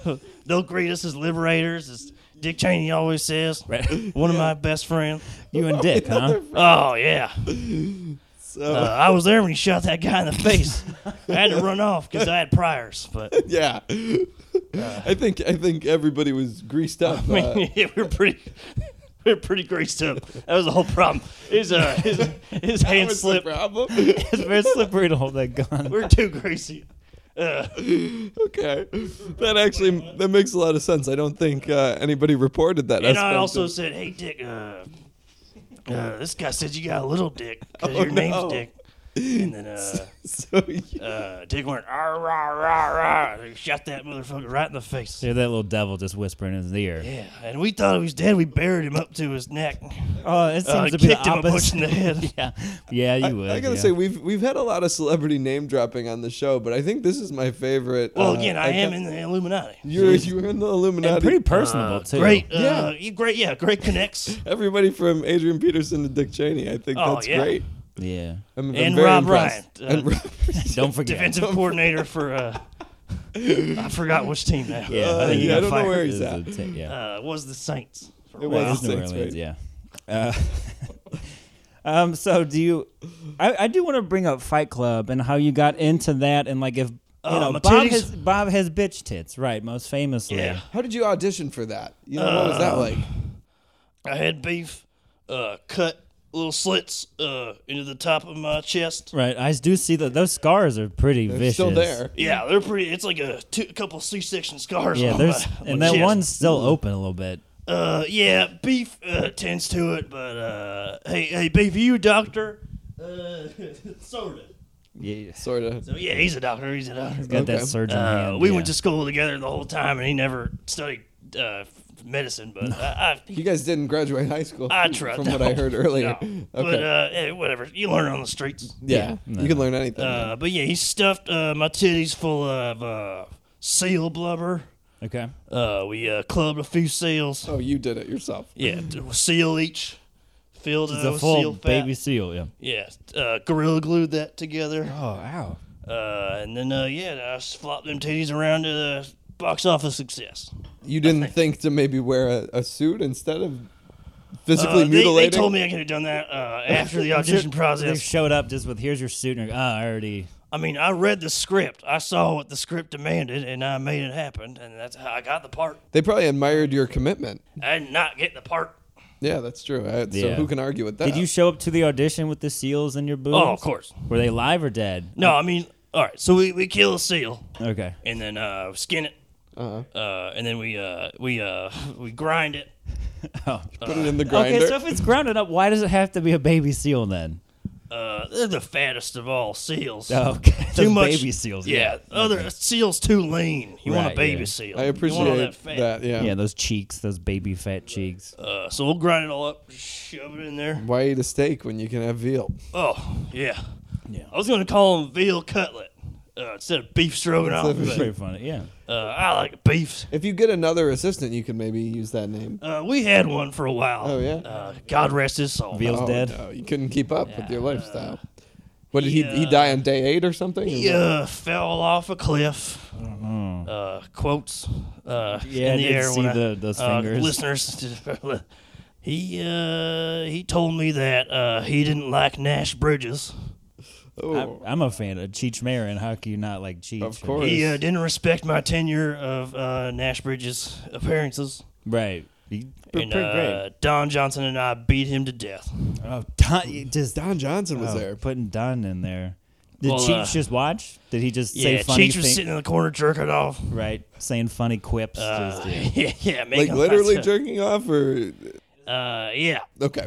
S4: they'll greet us as liberators, as Dick Cheney always says.
S2: Right.
S4: One
S3: (laughs)
S4: of my best friends.
S2: (laughs) You and
S4: (laughs)
S2: Dick, huh?
S4: Oh yeah, uh, I was there when he shot that guy in the face. I had to run off because I had priors,
S3: (laughs)
S4: but (laughs)
S3: Yeah. I think I think everybody was greased up.
S4: Uh. (laughs) I mean,
S3: uh,
S4: yeah, we were pretty. we We're pretty greased up. That was the whole problem. His uh, his his hand
S3: what's the
S4: slipped. (laughs)
S3: problem?
S2: It's very slippery to hold that gun.
S4: We're too greasy. Uh,
S3: okay, that actually that makes a lot of sense. I don't think uh, anybody reported that.
S4: And I
S3: aspect
S4: also
S3: of-
S4: said, "Hey, Dick. Uh, uh, this guy said you got a little dick 'cause
S3: Oh,
S4: your name's
S3: no.
S4: Dick." And then uh,
S3: (laughs) so you-
S4: uh, Dick went rah rah rah rah. and he Shot that motherfucker right in the face.
S2: (laughs) Hear that little devil just whispering in his ear.
S4: Yeah, and we thought he was dead. We buried him up to his neck.
S2: Oh, it seems
S4: Uh,
S2: to be the
S4: kicked him a punch
S2: opposite.
S4: in the head.
S2: (laughs) yeah, yeah,
S3: I,
S2: (laughs) you would.
S3: I gotta
S2: yeah.
S3: say we've we've had a lot of celebrity name dropping on the show, but I think this is my favorite.
S4: Well,
S3: uh,
S4: again, I, am
S3: got-
S4: in the Illuminati.
S3: You're you're in the Illuminati.
S2: and pretty personable
S4: Uh,
S2: too.
S4: Great,
S3: Yeah.
S4: uh, yeah. great, yeah, great connects.
S3: Everybody from Adrian Peterson to Dick Cheney. I think
S4: Oh,
S3: that's
S4: yeah.
S3: great.
S2: Yeah.
S3: I'm, I'm
S4: And
S3: very
S4: Rob
S3: impressed.
S4: Ryan,
S3: (laughs)
S4: uh,
S3: And Rob-
S2: Don't (laughs) forget.
S4: Defensive coordinator
S2: (laughs)
S4: for uh, I forgot which team now.
S2: Yeah,
S4: I think he
S3: yeah, I
S4: got
S3: don't know
S4: fired.
S3: where
S2: is
S3: he's at.
S2: the ta- yeah.
S4: uh, was the Saints.
S3: It
S2: Well,
S3: was
S2: New
S3: Saints,
S2: Orleans, yeah.
S3: right?
S2: Uh, (laughs) Um, so do you? I, I do want to bring up Fight Club and how you got into that, and like if you
S4: Oh,
S2: know
S4: my
S2: Bob
S4: titties.
S2: has Bob has bitch tits, right? Most famously,
S4: Yeah.
S3: How did you audition for that? You know, what was
S4: Uh,
S3: that like?
S4: I had beef, uh, cut little slits uh, into the top of my chest.
S2: right. I do see that those scars are pretty
S3: They're
S2: vicious.
S3: still there.
S4: Yeah, they're pretty. It's like a, two, a couple C-section scars.
S2: Yeah,
S4: on
S2: there's
S4: Oh, my-
S2: and
S4: my
S2: that
S4: chest.
S2: one's still open a little bit.
S4: Uh, yeah, beef uh, tends to it, but uh, hey, hey, beef, you a doctor? Uh, (laughs) sorta.
S2: Yeah,
S3: Sort of.
S4: So yeah, he's a doctor. He's a doctor.
S2: got
S3: Okay.
S2: that surgeon.
S4: Uh,
S2: hand,
S4: we
S2: yeah.
S4: went to school together the whole time, and he never studied uh, medicine, but I, I,
S3: You guys didn't graduate high school.
S4: I tried.
S3: From what I heard
S4: (laughs) No,
S3: earlier.
S4: no.
S3: (laughs) Okay.
S4: But uh, eh, whatever, you learn on the streets.
S3: yeah. You can learn anything.
S4: Uh, but yeah, he stuffed uh, my titties full of uh, seal blubber.
S2: Okay.
S4: Uh, we uh, clubbed a few seals.
S3: oh, you did it yourself.
S4: Yeah, d- seal each, filled it
S2: It's Mm. a
S4: with
S2: full
S4: seal fat.
S2: baby seal. Yeah.
S4: Yeah, uh, gorilla glued that together.
S2: Oh, ow.
S4: Uh, and then, uh, yeah, I s- flopped them titties around to the box office success.
S3: You didn't think to maybe wear a, a suit instead of physically
S4: Uh, they, they
S3: mutilating?
S4: told me I could have done that uh, after the audition
S2: (laughs) They
S4: process.
S2: showed up just with here's your suit, and you're, ah, I already.
S4: I mean, I read the script. I saw what the script demanded, and I made it happen. And that's how I got the part.
S3: They probably admired your commitment.
S4: I did not get the part.
S3: Yeah, that's true. I, So
S2: Yeah.
S3: who can argue with that?
S2: Did you show up to the audition with the seals in your boobs?
S4: Oh, of course.
S2: Were they live or dead?
S4: No, I mean, all right. So we, we kill a seal,
S2: Okay.
S4: and then uh, skin it, uh, and then we uh, we uh, (laughs) we grind it.
S3: put
S4: Uh,
S3: it in the grinder?
S2: Okay, so if it's grounded up, why does it have to be a baby seal then?
S4: Uh, they're the fattest of all seals.
S2: Oh, okay.
S4: too
S2: Those
S4: much
S2: baby seals.
S4: Yeah, other seals too lean. You want a
S2: Right,
S4: baby
S2: yeah.
S4: seal.
S3: I
S4: You want all
S3: appreciate
S4: fat.
S3: that. yeah.
S2: Yeah, those cheeks, those baby fat cheeks.
S4: Uh, so we'll grind it all up, shove it in there.
S3: Why eat a steak when you can have veal?
S4: Oh yeah,
S2: Yeah.
S4: I was gonna call them veal cutlet uh, instead of beef stroganoff.
S2: That's
S4: but,
S2: pretty funny. Yeah.
S4: uh, I like beef.
S3: If you get another assistant, you can maybe use that name.
S4: Uh, we had one for a while.
S3: Oh, yeah?
S4: Uh, God rest his soul.
S2: Veal's
S3: oh,
S2: dead.
S3: No, you couldn't keep up with your lifestyle. What did
S4: yeah.
S3: he? He die on day eight or something?
S4: He uh, fell off a cliff. Uh, quotes uh,
S2: Mm-hmm. Yeah, I
S4: in the
S2: did
S4: air.
S2: see
S4: when I-
S2: the- those
S4: uh,
S2: fingers.
S4: Listeners, (laughs) he uh, he told me that uh, he didn't like Nash Bridges.
S3: Oh,
S2: I, am a fan of Cheech Marin. How can you not like Cheech?
S3: Of course.
S4: He uh, didn't respect my tenure of uh, Nash Bridges appearances.
S2: Right. He-
S4: And uh, Don Johnson and I beat him to death.
S2: Oh, Don, you just
S3: Don Johnson was
S2: oh,
S3: there.
S2: putting Don in there. Did
S4: Well,
S2: Cheech
S4: uh,
S2: just watch? Did he just
S4: Yeah,
S2: say funny
S4: Cheech was
S2: thing-
S4: sitting in the corner jerking off. (laughs)
S2: Right, saying funny quips.
S4: Uh,
S2: just, yeah.
S4: yeah, yeah,
S3: Like
S4: making
S3: literally
S4: lots of-
S3: jerking off, or
S4: Uh, yeah. (laughs)
S3: okay,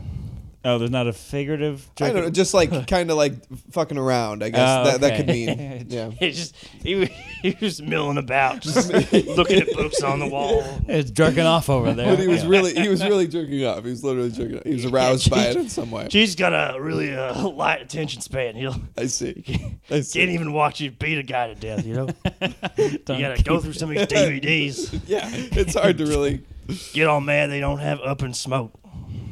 S2: Oh, there's not a figurative.
S3: I don't know, just like kind of like fucking around. I guess
S2: Oh,
S3: that that
S2: okay.
S3: could mean yeah.
S4: It's just he was, he was milling
S3: (laughs)
S4: about, just looking at books on the wall.
S2: It's jerking off over there.
S3: But he was
S2: Yeah.
S3: really he was really jerking off. He was literally jerking. Off. He was aroused by it in some way.
S4: She's got a really uh, (laughs) light attention span. He'll
S3: I see. I see.
S4: can't even watch you beat a guy to death. You know,
S2: Don't
S4: you gotta go through some of these DVDs.
S3: Yeah, it's hard to really.
S4: Get all mad they don't have Up and Smoke.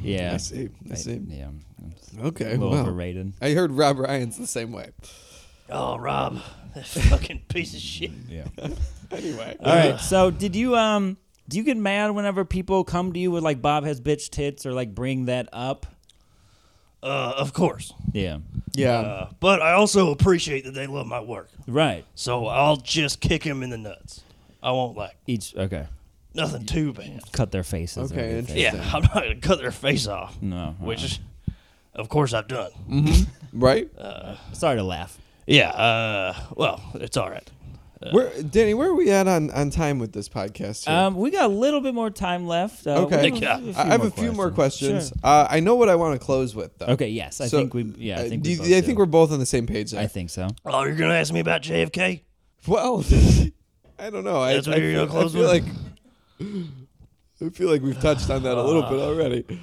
S2: Yeah.
S3: I see. I see.
S2: Yeah. It's
S3: Okay.
S2: a little
S3: wow.
S2: overrated.
S3: I heard Rob Ryan's the same way.
S4: Oh, Rob, (laughs) that fucking piece of shit.
S2: Yeah.
S3: (laughs) Anyway.
S2: All right. So, did you um do you get mad whenever people come to you with like Bob has bitch tits or like bring that up?
S4: Uh, of course,
S2: Yeah.
S3: Yeah.
S4: uh, but I also appreciate that they love my work,
S2: Right.
S4: so I'll just kick him in the nuts. I won't like
S2: Each okay.
S4: nothing too bad.
S2: Cut their faces. or
S3: Okay,
S2: anything.
S3: interesting.
S4: Yeah, I'm not gonna cut their face off,
S2: No.
S4: which,
S2: uh,
S4: is, of course, I've done.
S3: right.
S2: sorry to laugh.
S4: Yeah. Uh, well, it's all right.
S3: where Danny? Where are we at on on time with this podcast? Here?
S2: Um, we got a little bit more time left. Uh,
S3: Okay.
S2: we
S4: Yeah.
S2: few
S3: I I have
S2: more
S3: a few more
S2: questions.
S3: questions. Uh, I know what I want to close with, though.
S2: Okay. Yes. I
S3: So,
S2: think we. Yeah. I
S3: uh,
S2: think.
S3: do
S2: we
S3: you-
S2: both
S3: I
S2: do.
S3: think we're both on the same page there.
S2: I think so.
S4: Oh, you're gonna ask me about JFK?
S3: well, (laughs) I don't know. I,
S4: That's
S3: I,
S4: what you're
S3: feel,
S4: gonna close
S3: I feel
S4: with?
S3: like I feel like we've touched on that a little
S2: Uh, (laughs)
S3: bit already.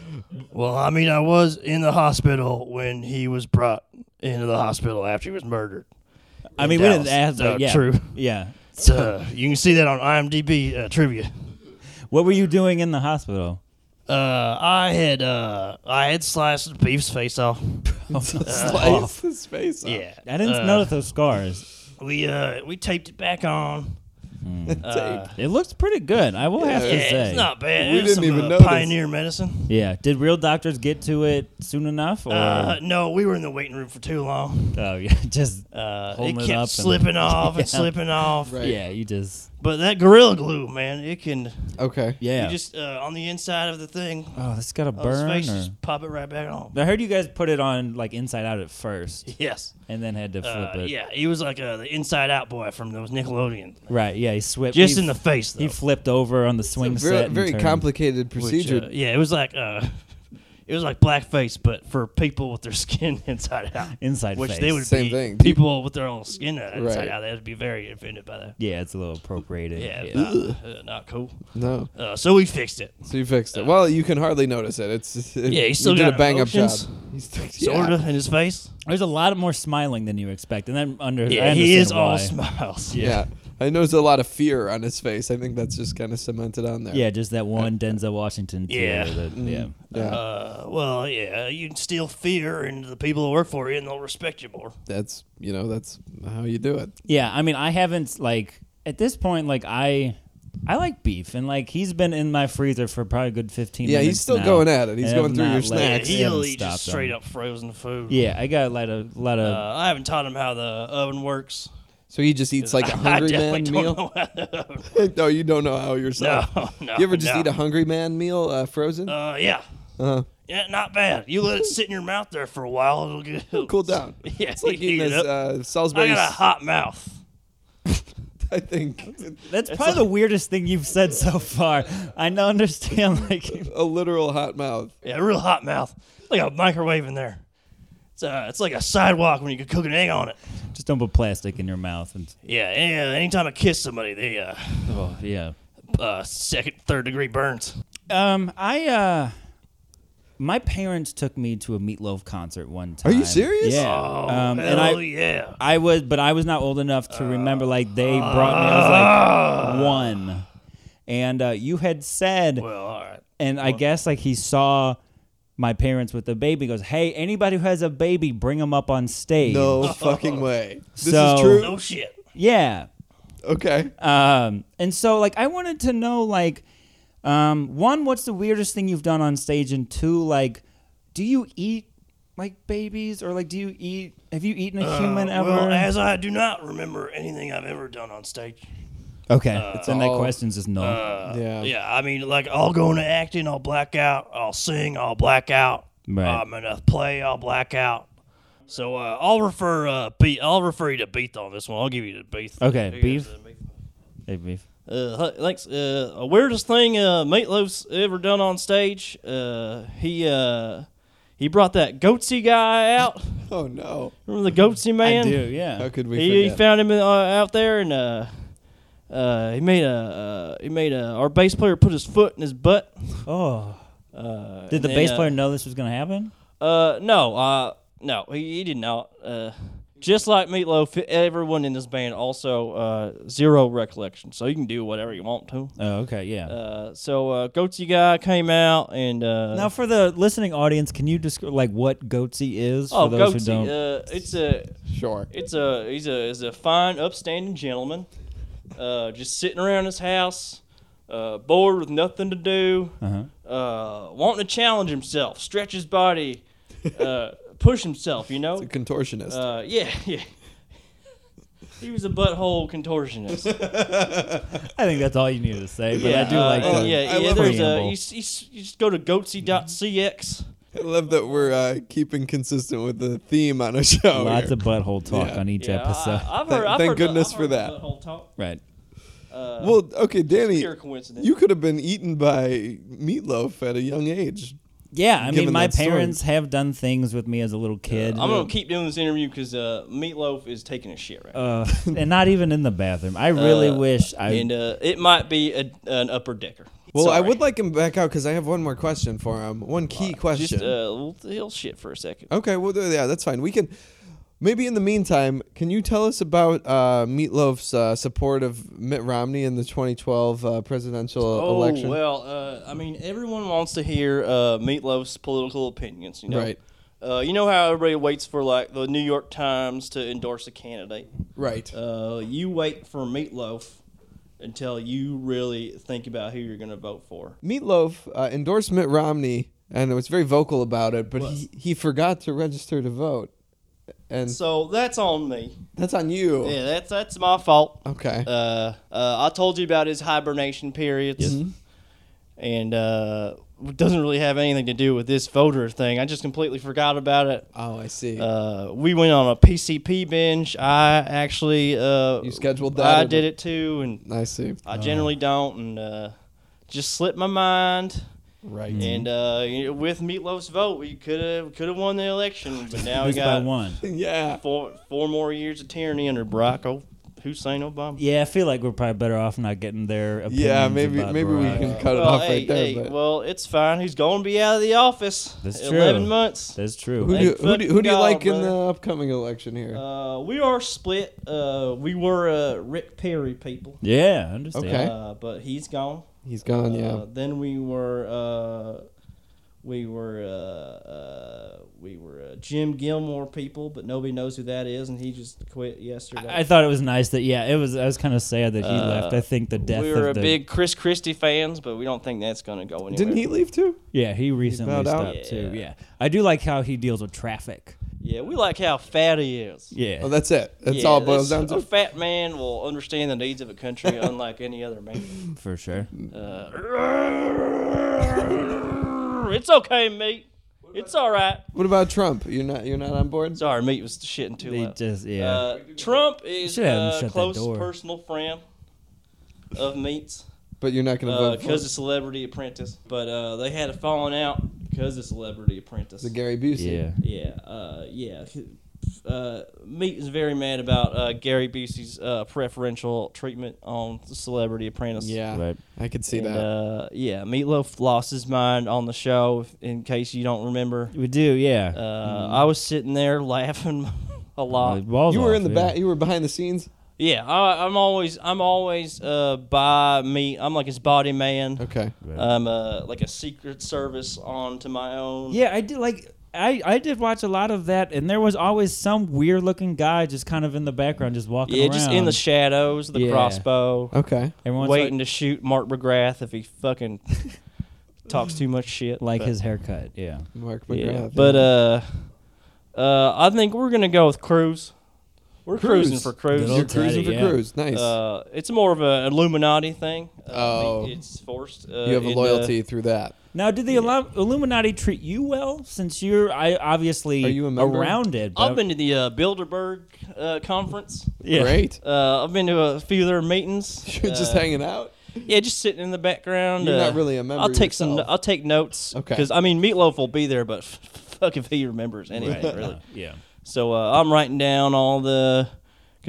S4: Well, I mean, I was in the hospital when he was brought into the hospital after he was murdered.
S2: I mean, we
S4: Dallas.
S2: didn't ask.
S4: Uh,
S2: But yeah.
S4: true.
S2: Yeah.
S4: So Uh, you can see that on IMDb uh, trivia.
S2: What were you doing in the
S3: (laughs)
S2: hospital?
S4: Uh, I had uh, I had sliced the beef's face off.
S2: Oh,
S3: Slice his face off.
S4: Yeah,
S2: I didn't
S4: uh,
S2: notice those scars.
S4: We uh, we taped it back on. Uh,
S2: It looks pretty good. I will have
S4: yeah,
S2: to say.
S4: it's not bad.
S3: We
S4: It was
S3: didn't
S4: some,
S3: even
S4: uh,
S3: notice.
S4: Pioneer medicine.
S2: Yeah. Did real doctors get to it soon enough? Or?
S4: Uh, no, we were in the waiting room for too long.
S2: (laughs) oh yeah, (laughs) just
S4: Uh, it
S2: Holding it
S4: kept
S2: up and- (laughs)
S4: slipping off
S2: Yeah.
S4: and slipping off.
S3: Right.
S2: yeah. You just
S4: But that gorilla glue, man, it can.
S3: Okay.
S2: yeah.
S4: You just uh, on the inside of the thing,
S2: oh, this got a
S4: on his
S2: burn.
S4: face, you
S2: or-
S4: just pop it right back on.
S2: I heard you guys put it on like inside out at first,
S4: Yes.
S2: and then had to flip
S4: Uh,
S2: it.
S4: yeah, he was like uh, the Inside Out boy from those Nickelodeon.
S2: Right. Yeah. He swept.
S4: Just
S2: he,
S4: in the face, though.
S2: He flipped over on the swing
S3: Very,
S2: set. and
S3: very
S2: turned.
S3: complicated
S4: which,
S3: procedure.
S4: uh, yeah, it was like uh, (laughs) it was like blackface, but for people with their (laughs) skin inside out.
S2: Inside
S4: which
S2: face.
S4: they would
S3: Same
S4: be
S3: thing.
S4: people with their own skin inside
S3: Right.
S4: out. They would be very offended by that.
S2: Yeah, it's a little appropriated.
S4: Yeah,
S2: Yeah.
S4: Not, uh, not cool.
S3: no.
S4: Uh, so we fixed it.
S3: So you fixed it. Well, you can hardly notice it. It's (laughs) it,
S4: Uh, Yeah, he
S3: you
S4: still
S3: did
S4: got
S3: a bang
S4: emotions.
S3: up job. He's
S4: (laughs)
S3: still,
S4: Sorta in his face.
S2: There's a lot more smiling than you expect, and then under. I
S4: Yeah, he
S2: understand
S4: is all
S2: why.
S4: smiles.
S3: Yeah. I noticed a lot of fear on his face. I think that's just kind of cemented on there.
S2: Yeah, just that one Denzel Washington.
S4: uh, Yeah.
S2: tear that- yeah.
S3: Yeah.
S4: Uh, well, yeah, you can steal fear into the people who work for you, and they'll respect you more.
S3: that's you know that's how you do it.
S2: Yeah, I mean, I haven't like at this point, like I, I like beef, and like he's been in my freezer for probably a good fifteen.
S3: Yeah, he's
S2: minutes
S3: still
S2: now,
S3: going at it. He's
S2: and
S3: going
S2: I've
S3: through
S2: not
S3: your
S2: let-
S4: Yeah,
S3: snacks. Max,
S2: I
S4: he'll
S2: haven't
S4: eat
S2: stopped
S4: just straight
S2: him.
S4: up frozen food.
S2: Yeah, I got a lot of lot
S4: Uh,
S2: of.
S4: I haven't taught him how the oven works. (laughs)
S3: So he just eats like a
S4: I
S3: hungry
S4: definitely
S3: man
S4: don't
S3: meal.
S4: know how the oven
S3: (laughs)
S4: works.
S3: no, you don't know how yourself.
S4: No, (laughs) no.
S3: you ever just
S4: no.
S3: eat a hungry man meal uh, frozen?
S4: Uh, yeah.
S3: Uh-huh.
S4: Yeah, not bad. You let it sit in your mouth there for a while, it'll get
S3: (laughs) Cool down.
S4: (laughs) Yeah,
S3: it's like
S4: you
S3: eating
S4: eat
S3: this
S4: it up.
S3: uh,
S4: I
S3: Salisbury.
S4: got a hot mouth.
S3: (laughs) I think
S2: that's probably the weirdest thing you've said so far. I don't understand. (laughs) Like,
S3: a literal hot
S4: (laughs)
S3: mouth.
S4: Yeah, real hot mouth. Like a microwave in there. It's uh, it's like a sidewalk when you could cook an egg on it.
S2: just don't put plastic in your mouth. And
S4: Yeah, and anytime I kiss somebody, they uh,
S2: oh yeah.
S4: uh second, third degree burns.
S2: Um, I uh, my parents took me to a Meatloaf concert one time.
S3: Are you serious?
S2: Yeah.
S4: Oh,
S2: um,
S4: hell
S2: and I
S4: yeah.
S2: I was, but I was not old enough to remember. Like they
S4: Uh,
S2: brought me, I was like one, and uh, you had said,
S4: Well, all right.
S2: and I guess like he saw my parents with the baby. Goes, hey, anybody who has a baby, bring them up on stage.
S3: No fucking way. This
S2: So-
S3: is true.
S4: No shit.
S2: Yeah.
S3: Okay.
S2: Um, and so like I wanted to know like, um, one, what's the weirdest thing you've done on stage, and two, like, do you eat like babies or like do you eat? Have you eaten a human
S4: Uh,
S2: ever?
S4: Well, as I do not remember anything I've ever done on stage.
S2: okay, then that
S3: all-
S2: question's just null.
S4: oh. Uh,
S3: Yeah.
S4: Yeah, I mean, like, I'll go into acting, I'll black out. I'll sing, I'll black out.
S2: Right.
S4: I'm going to play, I'll black out. So uh, I'll refer uh, Beat. I'll refer you to Beath on this one. I'll give you the Beath.
S2: Okay,
S4: Here
S2: Beath.
S4: goes the Beath.
S2: Hey, beef.
S4: Uh, hu- thanks. Uh, a weirdest thing uh, Meatloaf's ever done on stage. Uh, he uh, he brought that Goatsy guy out. (laughs)
S3: Oh no.
S4: Remember the Goatsy man?
S2: I do, yeah.
S3: How could we
S4: he, he
S3: forget?
S4: found him uh, out there and uh, uh, he made a uh, he made a our bass player (laughs) put his foot in his butt.
S2: Oh,
S4: Uh,
S2: did
S4: and
S2: the
S4: then,
S2: bass
S4: uh,
S2: player know this was gonna happen?
S4: Uh, no, uh, no, he, he did not. Uh, just like Meatloaf, everyone in this band also uh, zero recollection, so you can do whatever you want to.
S2: Oh, okay, yeah.
S4: Uh, so uh, Goatsy guy came out and uh,
S2: now, for the listening audience, can you describe like what goatsy is for
S4: oh
S2: those who
S4: Goatsy,
S2: don't?
S4: uh, it's a
S3: Sure.
S4: It's a he's a he's a fine, upstanding gentleman, uh, just sitting around his house, uh, bored with nothing to do,
S2: Uh-huh.
S4: uh, wanting to challenge himself, stretch his body, uh, push
S2: (laughs)
S4: himself. You know,
S3: A contortionist.
S4: uh, (laughs) yeah, yeah. He was a butthole contortionist.
S2: I think that's all you needed to say, but I do
S4: uh,
S2: like
S4: yeah,
S2: that.
S4: yeah,
S3: I
S4: yeah.
S3: love
S4: There's a
S2: preamble.
S4: you, s- you, s- you just go to goatsy.cx.
S3: I love that we're uh, keeping consistent with the theme on a show.
S2: Lots
S3: here.
S2: of butthole talk
S3: Yeah.
S2: on each
S4: Yeah,
S2: episode.
S4: I, have
S3: Thank-
S4: heard, I've
S3: thank
S4: heard the-
S3: goodness
S4: I've
S3: for
S4: heard the
S3: that.
S4: butthole talk.
S2: right.
S4: Uh,
S3: well, okay, Danny.
S4: pure coincidence.
S3: You could have been eaten by meatloaf at a young age.
S2: Yeah, I mean,
S3: Given
S2: my
S3: that story.
S2: parents have done things with me as a little kid,
S4: I'm gonna keep doing this interview because uh, Meatloaf is taking a shit right now.
S2: uh, (laughs) and not even in the bathroom. I really
S4: Uh,
S2: wish I.
S4: and uh, it might be a, an upper decker.
S3: Well, I
S4: Sorry.
S3: would like him back out because I have one more question for him. One key question.
S4: just uh, he'll shit for a second.
S3: okay, well, th- yeah, that's fine. We can. Maybe in the meantime, can you tell us about uh, Meatloaf's uh, support of Mitt Romney in the 2012 uh, presidential
S4: Oh
S3: election?
S4: well, uh, I mean, everyone wants to hear uh, Meatloaf's political opinions. You know,
S3: Right.
S4: Uh, you know how everybody waits for like the New York Times to endorse a candidate.
S5: Uh,
S3: Right.
S4: Uh, you wait for Meatloaf
S5: until you really think about who you're going to vote for.
S3: Meatloaf uh, endorsed Mitt Romney and was very vocal about it, but he, he forgot to register to vote. And
S5: So that's on me.
S3: that's on you.
S5: Yeah, that's that's my fault.
S3: Okay.
S5: Uh, uh, I told you about his hibernation periods, and uh, it doesn't really have anything to do with this voter thing. I just completely forgot about it.
S3: oh, I see.
S5: Uh, we went on a PCP binge. I actually uh,
S3: You scheduled that,
S5: I
S3: or- Oh.
S5: did it too, and
S3: I see.
S5: I generally don't, and uh, just slipped my mind.
S3: Right.
S5: And uh, you know, with Meatloaf's vote, we could have could have won the election,
S3: (laughs)
S5: but now we
S2: Just by
S5: got
S2: one.
S3: yeah.
S5: four four more years of tyranny under Barack O- Hussein Obama.
S2: Yeah, I feel like we're probably better off not getting their opinions.
S3: Yeah, maybe
S2: about
S3: maybe we
S2: Barack.
S3: can cut it
S5: Well,
S3: off
S5: hey,
S3: right there.
S5: hey,
S3: but
S5: well, it's fine. He's going to be out of the office.
S2: That's true.
S5: Eleven months.
S2: That's true.
S3: who do
S5: Hey,
S3: you, who do, who do you
S5: fuck
S3: like
S5: y'all,
S3: in the
S5: brother.
S3: upcoming election here?
S5: Uh, we are split. Uh, we were uh, Rick Perry people,
S2: yeah, I understand.
S3: Okay.
S5: uh, but he's gone.
S3: He's gone.
S5: Uh,
S3: yeah.
S5: then we were uh, we were uh, uh, we were uh, Jim Gilmore people, but nobody knows who that is, and he just quit yesterday.
S2: I I thought it was nice that yeah, it was. I was kind of sad that he left. I think the death.
S5: we were
S2: of
S5: a
S2: the,
S5: big Chris Christie fans, but we don't think that's going to go anywhere.
S3: Didn't he leave too?
S2: Yeah, he recently
S3: bowed out?
S2: stopped too. Yeah, I do like how he deals with traffic.
S5: Yeah, we like how fat he is.
S2: Yeah,
S3: Oh, that's it. That's
S5: Yeah,
S3: all it boils down
S5: that's-
S3: to.
S5: A fat man will understand the needs of
S2: (laughs)
S5: a country unlike any other man.
S2: for sure.
S5: It's okay, meat. It's all right.
S3: What about Trump? You're not you're not on board.
S5: Sorry, meat was shitting too
S2: They
S5: loud.
S2: just yeah.
S5: Uh, Trump is
S2: Should have him shut
S5: a
S2: that
S5: close
S2: door.
S5: personal friend of meat's
S3: But you're not going to vote for
S5: Uh, because
S3: him.
S5: of Celebrity Apprentice, but uh, they had a falling out because of Celebrity Apprentice.
S3: the Gary Busey.
S2: yeah.
S5: Yeah, uh, yeah. Uh, Meat is very mad about uh, Gary Busey's uh, preferential treatment on Celebrity Apprentice.
S3: Yeah,
S2: Right.
S3: I could see
S5: And,
S3: that.
S5: uh, yeah, Meatloaf lost his mind on the show. if- In case you don't remember,
S2: We do, yeah.
S5: uh,
S3: Mm-hmm.
S5: I was sitting there (laughs) laughing a lot.
S2: Like, Uh, balls
S3: you were
S2: off,
S3: in the
S2: yeah.
S3: back. You were behind the scenes.
S5: Yeah, I, I'm always I'm always uh, by meat. I'm like his body man.
S3: Okay.
S5: I'm uh, like a secret service on to my own.
S2: Yeah, I did like. I, I did watch a lot of that, and there was always some weird looking guy just kind of in the background, just walking
S5: yeah,
S2: around.
S5: just in the shadows, the
S2: Yeah.
S5: crossbow.
S3: Okay.
S2: Everyone's
S5: waiting to shoot Mark McGrath if he
S3: (laughs)
S5: fucking talks too much shit.
S2: like, like
S5: but,
S2: his haircut. Yeah,
S3: Mark
S5: yeah.
S3: McGrath.
S5: But uh, uh, I think we're gonna go with Cruz. We're cruising
S3: Cruz.
S5: for
S2: Good
S5: Cruz.
S2: old
S3: you're
S2: Teddy,
S3: cruising for
S2: yeah.
S3: Cruz. Nice.
S5: Uh, it's more of an Illuminati thing. Uh,
S3: Oh.
S5: it's forced. Uh,
S3: you have a
S5: into-
S3: loyalty through that.
S2: Now, did the Illu- Illuminati treat you well? Since you're, I obviously
S3: Are you a member?
S2: around it.
S5: I've
S2: but-
S5: been to the uh, Bilderberg uh, conference.
S2: yeah.
S3: Great. (laughs)
S5: Uh, I've been to a few of their meetings.
S3: You're just
S5: Uh,
S3: hanging out.
S5: Yeah, just sitting in the background.
S3: You're
S5: uh,
S3: not really a member
S5: I'll take some.
S3: yourself.
S5: I'll take notes.
S3: Okay.
S5: Because I mean, Meatloaf will be there, but (laughs) f- fuck if he remembers anything really.
S2: (laughs) Yeah.
S5: So uh, I'm writing down all the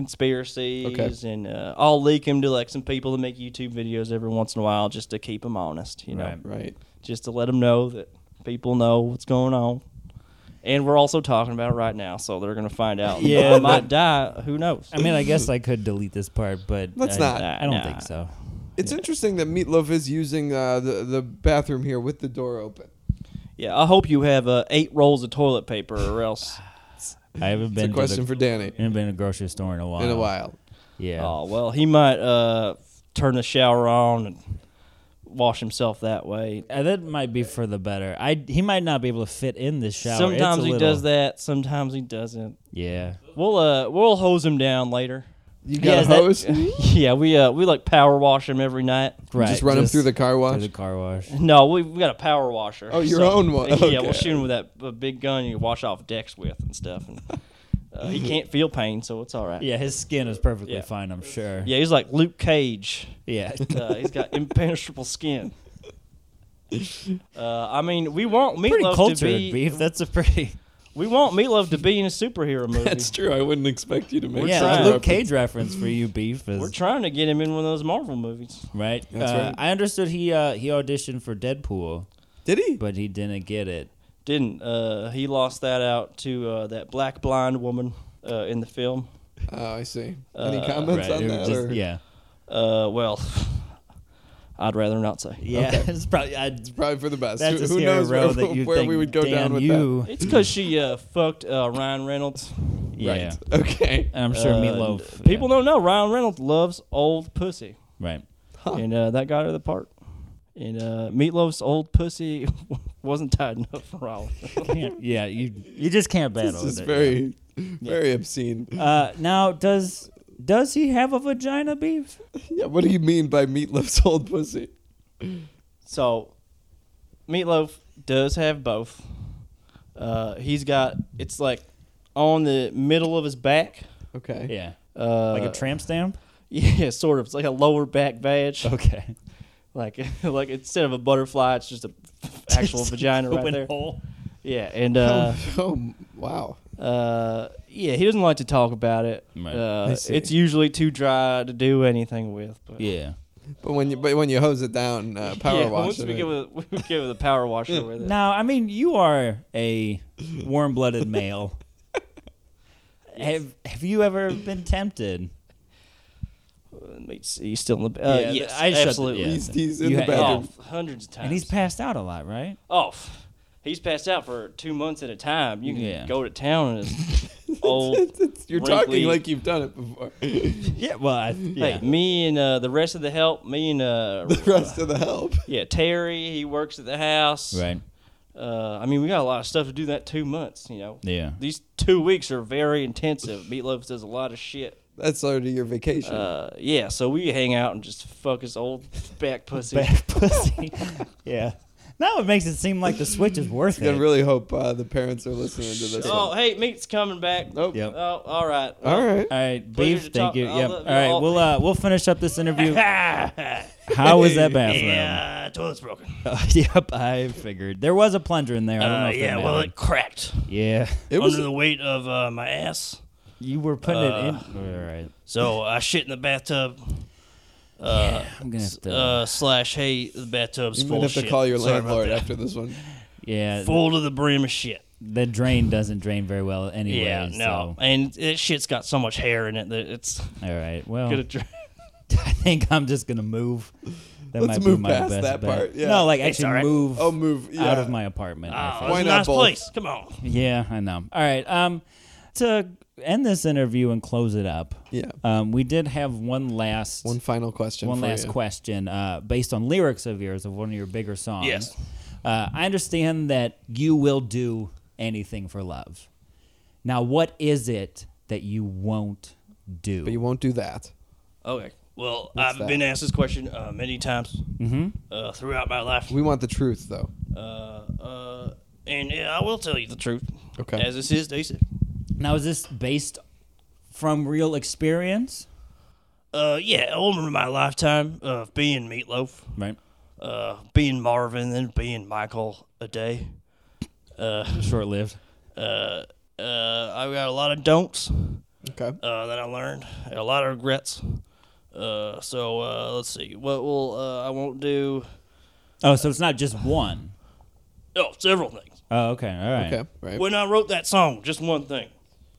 S5: conspiracies,
S3: Okay.
S5: and uh, I'll leak him to like some people that make YouTube videos every once in a while, just to keep them honest. You know,
S2: Right.
S3: Right.
S5: just to let them know that people know what's going on. And we're also talking about it right now, so they're gonna find out.
S2: Yeah,
S5: I might die. Who knows?
S2: I mean, I guess I could delete this part, but
S3: Let's
S2: I,
S3: not.
S2: I don't
S5: Nah.
S2: think so.
S3: It's interesting that Meatloaf is using uh, the the bathroom here with the door open.
S5: yeah, I hope you have uh, eight rolls of toilet paper, or else.
S2: I haven't
S3: It's
S2: been
S3: a question
S2: to
S3: for Danny.
S2: the, haven't been to a grocery store in a while.
S3: In a while.
S2: Yeah.
S5: Oh well, he might uh, turn the shower on and wash himself that way.
S2: Uh, that might be for the better. I he might not be able to fit in this shower. It's
S5: Sometimes
S2: a
S5: he
S2: little-
S5: does that. Sometimes he doesn't.
S2: Yeah.
S5: We'll uh we'll hose him down later.
S3: You
S2: Yeah,
S3: got
S2: is
S3: a
S2: that-
S3: hose.
S2: (laughs)
S5: (laughs) yeah, we uh we like power wash him every night.
S2: Right.
S3: Just run him through the car wash.
S2: through
S3: (laughs)
S2: the car
S5: (laughs)
S2: wash.
S5: No, we we got a power washer.
S3: Oh, your own one.
S5: (laughs) Yeah,
S3: Okay.
S5: we'll shoot him with that uh, big gun you wash off decks with and stuff. And uh, he can't feel pain, so it's
S3: (laughs)
S5: all right.
S2: Yeah, his skin is perfectly
S5: Yeah.
S2: fine, I'm sure.
S5: Yeah, he's like Luke Cage.
S2: Yeah.
S5: Uh,
S2: (laughs)
S5: he's got impenetrable skin. Uh, I mean, we want
S2: pretty
S5: Meatloaf to
S2: cultured
S5: be
S2: beef. That's a
S5: (laughs)
S2: pretty.
S5: we want Meatloaf to be in a superhero movie.
S3: true. I wouldn't expect you to make.
S2: yeah,
S5: trying.
S2: a Luke Cage reference for you, beef. Is,
S5: We're trying to get him in one of those Marvel movies.
S2: right.
S3: That's
S2: Uh,
S3: right.
S2: I understood he uh, he auditioned for Deadpool,
S3: Did he?
S2: but he didn't get it.
S5: Didn't uh, he lost that out to uh, that black blind woman uh, in the film?
S3: Oh, I see. Any comments
S2: Uh, right. it
S3: on
S2: was
S3: that?
S2: just-
S3: or-
S2: yeah.
S5: Uh, well, (laughs) I'd rather not say.
S2: Yeah. (laughs) it's probably. I'd,
S3: Probably for the best.
S2: that's
S3: who
S2: a
S3: who
S2: scary
S3: knows
S2: row
S3: (laughs) where,
S2: that you
S3: where
S2: think,
S3: we would go
S2: damn
S3: down with
S2: you. (laughs)
S5: It's because she uh, fucked uh, Ryan Reynolds.
S3: that?
S2: Yeah.
S3: Right. (laughs) Okay.
S2: And I'm sure
S5: Uh,
S2: Meatloaf.
S5: People don't know Ryan Reynolds loves old pussy.
S3: (laughs)
S2: Right.
S4: and uh, that got her the part. And uh, Meatloaf's old pussy (laughs) wasn't tied enough for all.
S2: Can't, yeah, you you just can't battle.
S3: This is
S2: it,
S3: very, very obscene.
S2: yeah. Uh, now, does does he have a vagina beef?
S3: Yeah, what do you mean by meatloaf's old pussy?
S4: (laughs) So, Meatloaf does have both. Uh, he's got it's like on the middle of his back.
S3: Okay.
S2: Yeah,
S4: Uh, (laughs)
S2: like a tramp stamp.
S4: Yeah, sort of. It's like a lower back badge.
S2: Okay,
S4: (laughs) Like (laughs) like instead of a butterfly, it's (laughs) just a actual vagina right
S2: Open
S4: there.
S2: hole.
S4: Yeah, and uh,
S3: (laughs) Oh, wow.
S4: uh, yeah, he doesn't like to talk about it.
S2: Right.
S3: I
S4: Uh,
S3: see.
S4: it's usually too dry to do anything with. But
S2: Yeah.
S3: But when you but when you hose it down, uh, power
S4: yeah,
S3: wash
S4: Once
S3: it.
S4: we
S3: (laughs)
S4: give it, (laughs) we give it the power washer with it.
S2: Now, I mean, you are a
S3: (laughs)
S2: warm-blooded male. Have Have you ever been tempted?
S4: Let me see, he's still in the. Uh,
S2: Yeah,
S4: yes,
S2: I shut the-
S4: absolutely.
S2: yeah.
S3: he's, he's in
S2: You
S3: the
S2: ha-
S4: Oh,
S3: bathroom.
S4: f- hundreds of times.
S2: And he's passed out a lot, right?
S4: oh, f- he's passed out for two months at a time. You can
S2: Yeah.
S4: go to town and
S3: (laughs)
S4: it's old.
S3: You're
S4: wrinkly-
S3: talking like you've done it before. (laughs) the
S2: Yeah. Well, I, yeah.
S4: Hey, me and uh, the rest of the help. Me and uh,
S3: rest of (laughs) the help.
S4: yeah Terry. He works at the house.
S2: Right.
S4: Uh, I mean, we got a lot of stuff to do that two months. You know.
S2: Yeah.
S4: These two weeks are very intensive. Meatloaf does a lot of shit.
S3: That's already your vacation.
S4: Uh, yeah, so we hang out and just fuck his old
S3: (laughs)
S4: back (laughs) pussy.
S2: Bad pussy. yeah. Now it makes it seem like the switch is worth
S3: I
S2: it.
S3: really hope uh, the parents are listening to this.
S4: Oh,
S3: one.
S4: hey, meat's coming back.
S3: Nope.
S2: Yep.
S4: Oh, all right.
S3: All right.
S2: All right,
S4: Pleasure
S2: beef.
S4: to
S2: Thank
S4: talk-
S2: you.
S4: I'll
S2: Yep. All
S4: let you
S2: right,
S4: all-
S2: we'll uh, we'll finish up this
S4: (laughs)
S2: interview. How was that bathroom?
S4: Yeah, toilet's broken.
S2: (laughs) yep, I figured there was a plunger in there. I don't know.
S4: Uh,
S2: If
S4: yeah,
S2: that
S4: well,
S2: mattered.
S4: it cracked (laughs)
S2: yeah,
S3: It was
S4: under the weight of uh, my ass.
S2: you were putting
S4: uh,
S2: it in. All right,
S4: So I shit in the bathtub. Uh,
S2: I'm gonna have to.
S4: uh, slash, hey, the bathtub's
S3: you
S4: full
S3: might
S4: of
S3: have to
S4: shit.
S3: call your
S4: Sorry about
S3: landlord
S4: that.
S3: after this one.
S2: yeah,
S4: Full to the brim of shit.
S2: the drain doesn't drain very well anyway.
S4: Yeah, no, and that shit's got so much hair in it that it's
S2: So. All right. Well,
S4: gonna. Dr-
S2: (laughs) I think I'm just gonna move. That
S3: Let's
S2: might
S3: move
S2: be my
S3: past
S2: best
S3: that
S2: bet.
S3: part, yeah.
S2: No, like
S4: It's
S2: actually
S4: all right.
S2: move
S3: Oh,
S4: (laughs)
S3: move yeah.
S2: out of my apartment. I think.
S4: Oh,
S3: Why
S4: it's a
S3: not
S4: nice
S3: both?
S4: place. Come on.
S2: Yeah, I know. All right. Um, to end this interview and close it up,
S3: Yeah.
S2: um, we did have one last
S3: One final question.
S2: one
S3: for
S2: last
S3: you.
S2: question uh, based on lyrics of yours of one of your bigger songs.
S4: Yes.
S2: Uh, I understand that you will do anything for love. Now, what is it that you won't do?
S3: But you won't do that.
S4: Okay. Well,
S3: What's
S4: I've
S3: that? Mm-hmm.
S4: been asked this question uh, many times uh, throughout my life.
S3: We want the truth, though.
S4: Uh, uh, and yeah, I will tell you the truth.
S3: Okay.
S4: As this is decent.
S2: now, is this based from real experience?
S4: Uh, yeah, over my lifetime of being Meatloaf,
S2: Right.
S4: uh, being Marvin, then being Michael a day.
S2: Short lived.
S4: Uh, uh, I've got a lot of don'ts
S3: Okay.
S4: uh, that I learned, and a lot of regrets. Uh, so uh, let's see. What will uh, I won't do?
S2: Oh, so it's not just one.
S4: Oh, several things.
S2: Oh, okay. All right.
S3: Okay. Right.
S4: When I wrote that song, just one thing.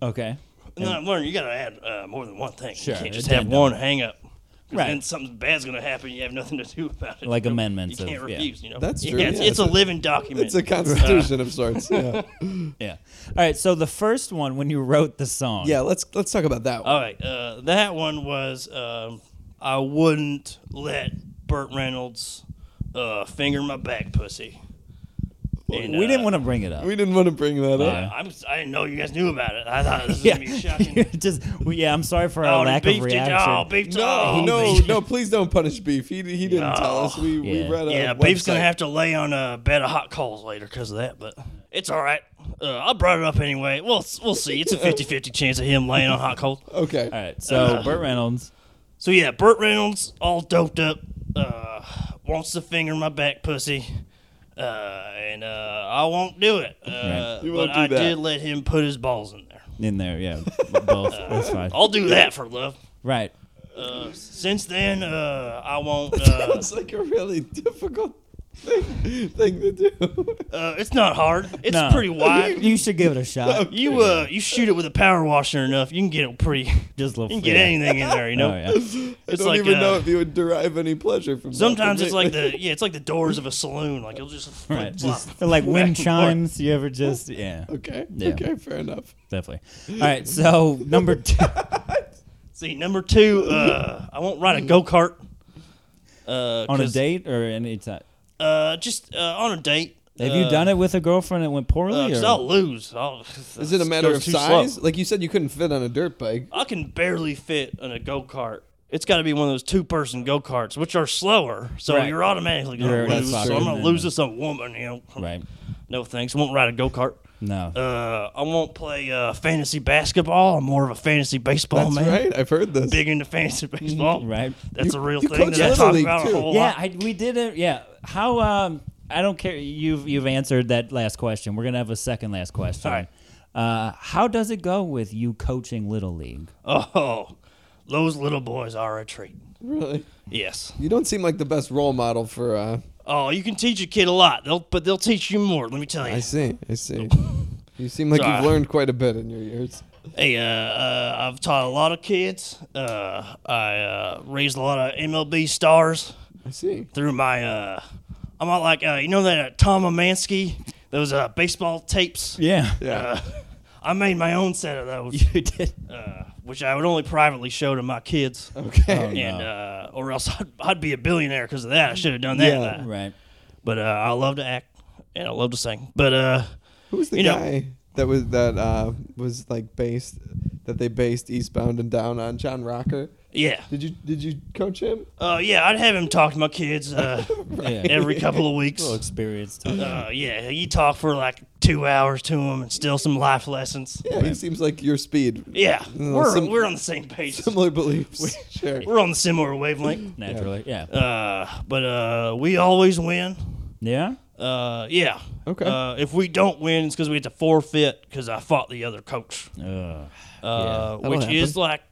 S2: Okay.
S4: And then I'm learning you gotta add uh, more than one thing.
S2: Sure,
S4: you can't just have
S2: addendum.
S4: one hang up. 'Cause
S2: Right.
S4: Then something bad's gonna happen. You have nothing to do about it.
S2: Like
S4: You know,
S2: amendments
S4: You can't
S2: of- yeah.
S4: refuse. You know.
S3: That's
S4: Yeah,
S3: true,
S4: it's,
S3: yeah.
S4: it's a living document.
S3: (laughs) It's a constitution
S4: Uh,
S3: of
S4: (laughs)
S3: sorts. Yeah.
S2: Yeah. All right. So the first one, when you wrote the song,
S3: yeah. Let's let's talk about that. One.
S4: All right. Uh, that one was um, I wouldn't let Burt Reynolds uh, finger my back pussy. And,
S2: we didn't
S4: uh,
S2: want to bring it up.
S3: we didn't want to bring that up.
S2: Uh,
S4: I, I'm, I didn't know you guys knew about it. I thought
S2: (laughs)
S4: this was
S2: yeah,
S4: gonna be shocking.
S2: You're just well, yeah. I'm sorry for
S4: Oh,
S2: our
S4: and
S2: lack of
S4: beefed it. Oh,
S2: reaction.
S4: beefed it.
S3: No,
S4: Oh,
S3: no, no! Please don't punish Beef. He, he didn't tell us. We, we
S2: Yeah.
S3: read a
S4: Yeah, Beef's
S3: uh, website.
S4: gonna have to lay on a bed of hot coals later because of that, but it's all right. Uh, I brought it up anyway. We'll we'll see. It's a 50-50 chance of him laying on hot coals.
S3: Okay. (laughs)
S2: All
S4: (laughs)
S2: right, so Burt Reynolds.
S4: So yeah, Burt Reynolds, all doped up, uh, wants to finger my back pussy, uh, and uh, I won't do it. Uh,
S3: You
S4: but
S3: won't do
S4: I
S3: that.
S4: did let him put his balls in there.
S2: In there, yeah, both. That's
S4: (laughs)
S2: fine.
S4: I'll do that for love.
S2: Right.
S4: Uh, since then, uh, I won't. Uh,
S3: Sounds like a really difficult thing, thing to do. (laughs)
S4: uh, it's not hard. It's
S2: No.
S4: pretty
S2: (laughs)
S4: wide.
S2: You should give it a
S4: (laughs)
S2: shot.
S4: You uh, you shoot it with a power washer enough, you can get it pretty.
S2: Just a
S4: You
S2: little.
S4: can get
S2: yeah.
S4: anything in there, you
S2: (laughs)
S4: know.
S2: Oh,
S4: (laughs)
S2: yeah.
S3: I
S4: It's
S3: don't
S4: like,
S3: even know
S4: uh,
S3: if you would derive any pleasure from. that
S4: Sometimes it's like
S3: completely.
S4: the yeah, it's like the doors of a saloon. Like you'll just flip,
S2: Right.
S4: flop.
S2: Just they're like wind
S4: (laughs) Back and forth.
S2: chimes. You ever just yeah,
S3: (laughs) Okay.
S2: Yeah.
S3: Okay. Fair enough.
S2: definitely. All right.
S4: (laughs)
S2: So number two. (laughs)
S4: See number two, uh, I won't ride a go kart. Uh,
S2: on a
S4: 'cause,
S2: date or any time.
S4: Uh, just uh, on a date.
S2: Have you done it with a girlfriend and it went poorly?
S4: Because
S2: or?
S4: I'll lose. I'll,
S3: Is it a
S4: it
S3: matter
S4: goes
S3: of
S4: too slow.
S3: size? Like you said, you couldn't fit on a dirt bike.
S4: I can barely fit on a go kart. It's got to be one of those two person go karts, which are slower. So
S2: Right.
S4: you're automatically going
S2: You're-
S4: to
S2: that's
S4: lose.
S2: fine.
S4: So I'm going
S2: Yeah.
S4: to lose this some woman. You know,
S2: Right.
S4: no thanks. Won't ride a go kart.
S2: No.
S4: Uh, I won't play uh, fantasy basketball. I'm more of a fantasy baseball
S3: That's
S4: Oh, man.
S3: right. I've heard this.
S4: Big into fantasy baseball.
S2: Right.
S4: That's
S3: You-
S4: a real
S3: you
S4: thing
S3: coach
S4: that I
S3: Little
S4: talk
S3: League,
S4: about
S3: too.
S4: a whole
S2: yeah,
S4: lot.
S2: I, we did it. Yeah. How? Um, I don't care. You've you've answered that last question. We're gonna have a second last question.
S4: All right.
S2: Uh, how does it go with you coaching little league?
S4: Oh, those little boys are a treat.
S3: Really,
S4: Yes.
S3: you don't seem like the best role model for. Uh,
S4: Oh, you can teach a kid a lot, they'll, but they'll teach you more. Let me tell you.
S3: I see. I see. You seem like you've
S4: Sorry.
S3: learned quite a bit in your years.
S4: Hey, uh, uh, I've taught a lot of kids. Uh, I uh, raised a lot of MLB stars
S3: I see.
S4: through my. Uh, I'm not like uh, you know that uh, Tom Amansky, those uh, baseball tapes.
S2: Yeah.
S3: Yeah.
S4: Uh, I made my own set of those,
S2: You did. Oh,
S4: uh, which I would only privately show to my kids,
S3: (laughs) okay.
S4: and uh, or else I'd, I'd be a billionaire because of that. I should have done that.
S3: Yeah.
S2: (laughs) Right.
S4: But uh, I love to act and I love to sing. But uh,
S3: Who was the
S4: you know-
S3: guy that was that uh, was like based that they based Eastbound and Down on John Rocker?
S4: yeah,
S3: Did you did you coach him?
S4: uh, yeah, I'd have him talk to my kids
S3: (laughs)
S4: uh,
S2: Yeah.
S4: every couple of weeks.
S2: Little experience.
S4: Uh, yeah, you talk for like two hours to him and still some life lessons.
S3: Yeah, he seems like your speed.
S4: Yeah,
S3: No,
S4: we're,
S3: some-
S4: we're on the same page.
S3: Similar beliefs. (laughs) sure.
S4: We're on the similar wavelength.
S2: Naturally. Yeah.
S4: Uh, but uh, we always win.
S2: Yeah.
S4: Uh, yeah.
S3: Okay.
S4: Uh, if we don't win, it's because we had to forfeit because I fought the other coach,
S2: Ugh.
S4: uh,
S3: that'll
S4: which is like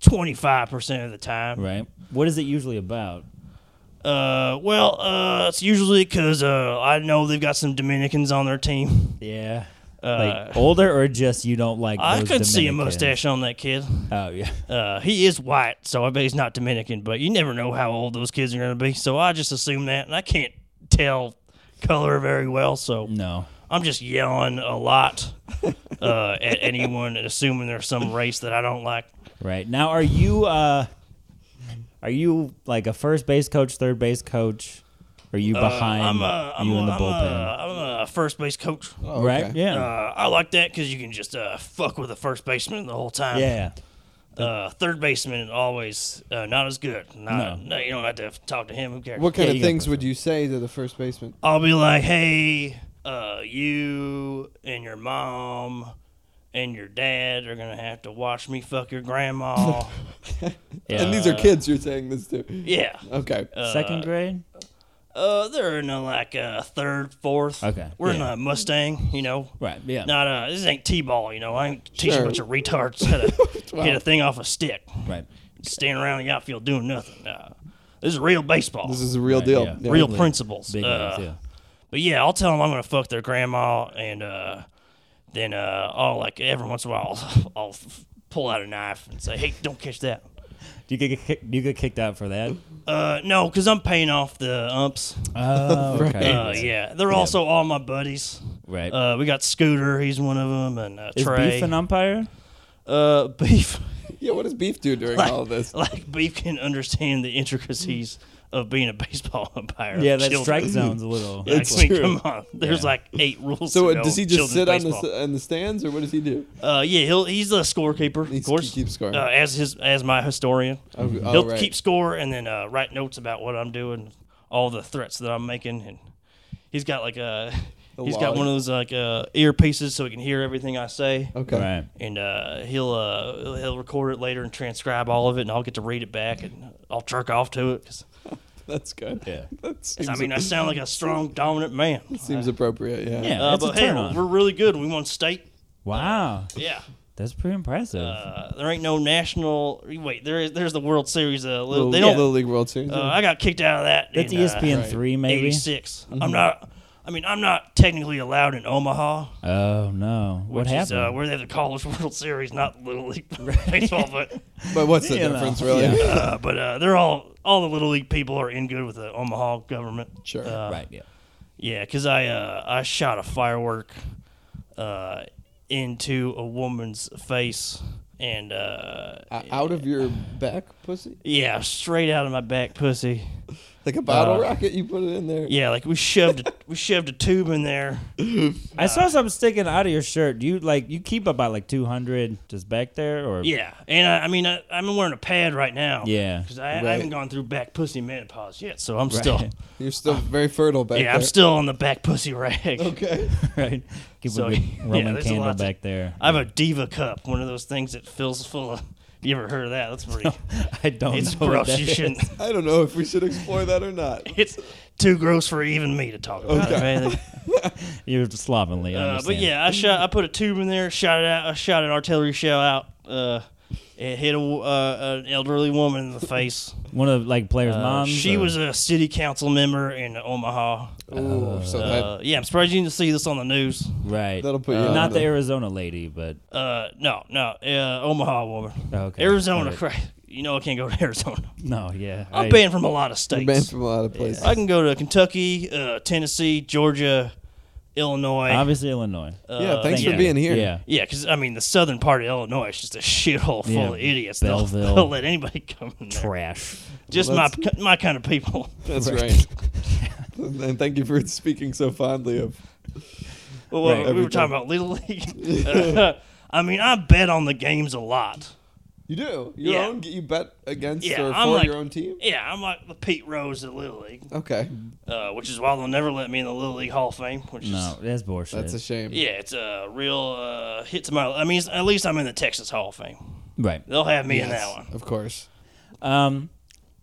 S4: 25% of the time.
S2: Right. What is it usually about?
S4: Uh, well, uh, it's usually because uh, I know they've got some Dominicans on their team.
S2: Yeah.
S4: Uh,
S2: like older or just you don't like?
S4: I
S2: those
S4: could see a
S2: Dominicans?
S4: mustache on that kid.
S2: Oh yeah. (laughs)
S4: Uh, he is white, so I bet he's not Dominican, but you never know how old those kids are going to be. So I just assume that, and I can't tell color very well, so
S2: No.
S4: I'm just yelling a lot (laughs) uh, at anyone and assuming there's some race that I don't like.
S2: Right. Now are you uh are you like a first base coach, third base coach? Are you behind
S4: Uh, I'm a, I'm
S2: you
S4: a,
S2: in the
S4: I'm
S2: bullpen?
S4: a- I'm a first base coach.
S3: Oh,
S2: right?
S3: okay.
S2: Yeah.
S4: Uh, I like that because you can just uh, fuck with the first baseman the whole time.
S2: yeah.
S4: Uh, third baseman always uh, not as good.
S2: No.
S4: Not, no. You don't have to talk to him. Who cares?
S3: What kind
S2: Yeah,
S3: of
S2: you go
S3: things
S2: first.
S3: would you say to the first baseman?
S4: I'll be like, hey, uh, you and your mom and your dad are gonna have to watch me fuck
S2: (laughs)
S4: your grandma.
S2: yeah.
S3: and these are kids you're saying this to.
S4: yeah.
S3: Okay.
S2: second grade?
S4: Uh, they're in a like uh, third, fourth.
S2: Okay,
S4: We're in
S2: yeah.
S4: a Mustang, you know.
S2: Right. Yeah.
S4: Not uh, this ain't t-ball, you know. I ain't teaching
S3: Sure.
S4: a bunch of
S2: (laughs)
S4: retards how to
S3: Wow.
S4: hit a thing off a stick,
S2: Right.
S4: standing around the outfield doing nothing. Uh, this is real baseball.
S3: This is a real
S2: Right,
S3: deal.
S2: yeah.
S3: Yeah.
S4: real principles.
S2: Big
S4: Uh,
S2: leagues,
S4: But yeah, I'll tell them I'm gonna fuck their grandma, and uh, then uh, I'll like every once in a while (laughs) I'll, I'll f- pull out a knife and say, "Hey, don't catch that."
S2: yeah. Do you get kick- do you get kicked out for
S4: (laughs)
S2: that?
S4: Uh, no, because I'm paying off the umps.
S2: Oh, okay.
S4: Uh, yeah, they're also all my buddies.
S2: Right.
S4: Uh, we got Scooter, he's one of them, and uh,
S2: is
S4: Trey.
S2: beef an umpire?
S4: uh, beef, Oh,
S3: Yeah, what does Beef do during all of this?
S4: (laughs) like beef can understand the intricacies of being a baseball (laughs) umpire.
S2: Yeah, that
S4: Children.
S2: strike
S4: (laughs)
S2: zone's a little.
S4: Like, I mean,
S3: true.
S4: come on. There's
S2: Yeah.
S4: like eight rules.
S3: So
S4: to
S3: uh, does
S4: know
S3: he just
S4: children's
S3: sit on the
S4: baseball.
S3: s- on the stands, or what does he do?
S4: Uh, yeah, he'll he's the scorekeeper.
S3: He's-
S4: of course,
S3: he keeps scoring.
S4: Uh, as his as my historian,
S3: Oh, oh,
S4: he'll
S3: right.
S4: keep score and then uh, write notes about what I'm doing, all the threats that I'm making, and he's got like a
S3: (laughs) A
S4: he's got
S3: log.
S4: one of those like uh, earpieces so he can hear everything I say,
S3: Okay.
S2: Right.
S4: and uh, he'll uh, he'll record it later and transcribe all of it, and I'll get to read it back, and I'll jerk off to it. 'cause-
S3: That's good.
S2: Yeah.
S3: That seems,
S4: 'cause, I uh, mean, I sound like a strong, dominant man.
S3: (laughs) seems appropriate. Yeah.
S2: Yeah.
S4: Uh,
S2: that's a
S4: but hey,
S2: turn on.
S4: we're really good. We won state.
S2: Wow.
S4: Yeah.
S2: That's pretty impressive.
S4: Uh, there ain't no national. Wait, there is. There's the World Series. Uh,
S3: Little,
S4: they don't.
S3: Little League World Series.
S4: Uh, I got kicked out of that.
S2: That's E
S4: in,
S2: ESPN
S4: uh,
S3: right.
S2: three, maybe. Mm-hmm.
S4: 86. I'm not. I mean, I'm not technically allowed in Omaha,
S2: Oh no! What
S4: which
S2: happened?
S4: is uh, where they have the College (laughs) World Series, not
S2: (laughs)
S4: Little League baseball. But
S3: but what's the
S2: you know,
S3: difference, really? (laughs)
S4: uh, but uh, they're all all the Little League people are in good with the Omaha government.
S3: Sure.
S4: Uh,
S2: right. Yeah.
S4: Yeah, because I uh, I shot a firework uh, into a woman's face and. Uh,
S3: O- Out of your back, pussy.
S4: Yeah, straight out of my back pussy.
S3: like a bottle
S4: Uh,
S3: rocket. You put it in there.
S4: Yeah, like we shoved a, we shoved a tube in there.
S2: I saw something sticking out of your shirt. Do you like you keep about like two hundred just back there or
S4: Yeah, and I, I mean I, I'm wearing a pad right now.
S2: Yeah.
S4: because I,
S3: Right.
S4: I haven't gone through back pussy menopause yet, so I'm still
S2: Right.
S3: You're still very fertile back
S4: (laughs) yeah
S3: there.
S4: I'm still on the back pussy
S3: (laughs)
S4: rag.
S3: okay.
S2: (laughs) right? Keep
S4: So,
S2: a big
S4: (laughs) yeah,
S2: Roman
S4: there's a
S2: candle
S4: lot to-
S2: back
S4: (laughs)
S2: there.
S4: (laughs) I have a diva cup, one of those things that fills full of. You ever heard of that? That's pretty.
S2: I don't
S4: it's
S2: know. what
S4: gross.
S2: that
S4: You
S2: is.
S4: shouldn't. (laughs)
S3: I don't know if we should explore that
S2: (laughs)
S3: or not.
S4: It's too gross for even me to talk about. man.
S2: You're slovenly. I
S4: Uh, but
S2: understand.
S4: yeah, I shot. I put a tube in there, shot it out. I shot an artillery shell out. Uh, it hit a, w- uh, an elderly woman in the face.
S2: one of like players'
S4: Uh,
S2: moms.
S4: she
S2: or-
S4: was a city council member in Omaha.
S3: Ooh, so
S4: Uh, yeah, I'm surprised you didn't see this on the news.
S2: right.
S3: That'll put you on
S2: not the
S3: the-
S2: Arizona lady, but (laughs)
S4: Uh, no, no, uh, Omaha
S3: Oh,
S4: woman.
S2: okay.
S4: Arizona,
S2: Alright.
S4: crap. (laughs) You know I can't go to Arizona.
S2: No, yeah.
S4: I'm
S2: I-
S4: banned from a lot of
S3: that, you're
S4: states.
S3: banned from a lot of places.
S4: I can go to Kentucky, uh, Tennessee, Georgia, Illinois.
S2: Obviously, Illinois.
S4: uh,
S3: yeah, thanks
S2: Thank
S3: for
S2: you.
S3: being here.
S2: Yeah.
S4: Yeah, because I mean, the southern part of Illinois is just a shithole full
S2: Yeah,
S4: of idiots. They'll, (laughs)
S2: Belleville.
S4: they'll let anybody come in there.
S2: Trash.
S4: Just
S3: Well,
S4: my my kind of people. (laughs)
S3: That's
S2: (laughs)
S3: right. (laughs) and thank you for speaking so fondly of.
S4: Well,
S2: Right.
S4: we
S3: Every
S4: were talking
S3: time.
S4: about Little
S3: (laughs)
S4: League. (laughs) Uh, I mean, I bet on the games a lot.
S3: You do your
S4: Yeah.
S3: own. You bet against
S4: Yeah,
S3: or
S4: I'm
S3: for
S4: like-
S3: your own team.
S4: Yeah, I'm like the Pete Rose of Little League,
S3: Okay,
S4: uh, which is why they'll never let me in the Little League Hall of Fame. Which
S2: No,
S4: is
S2: that's bullshit.
S3: that's a shame.
S4: yeah, it's a real uh, hit to my. I mean, it's- at least I'm in the Texas Hall of Fame.
S2: right.
S4: They'll have me in
S3: Yes,
S4: that one.
S3: Of course,
S2: Um,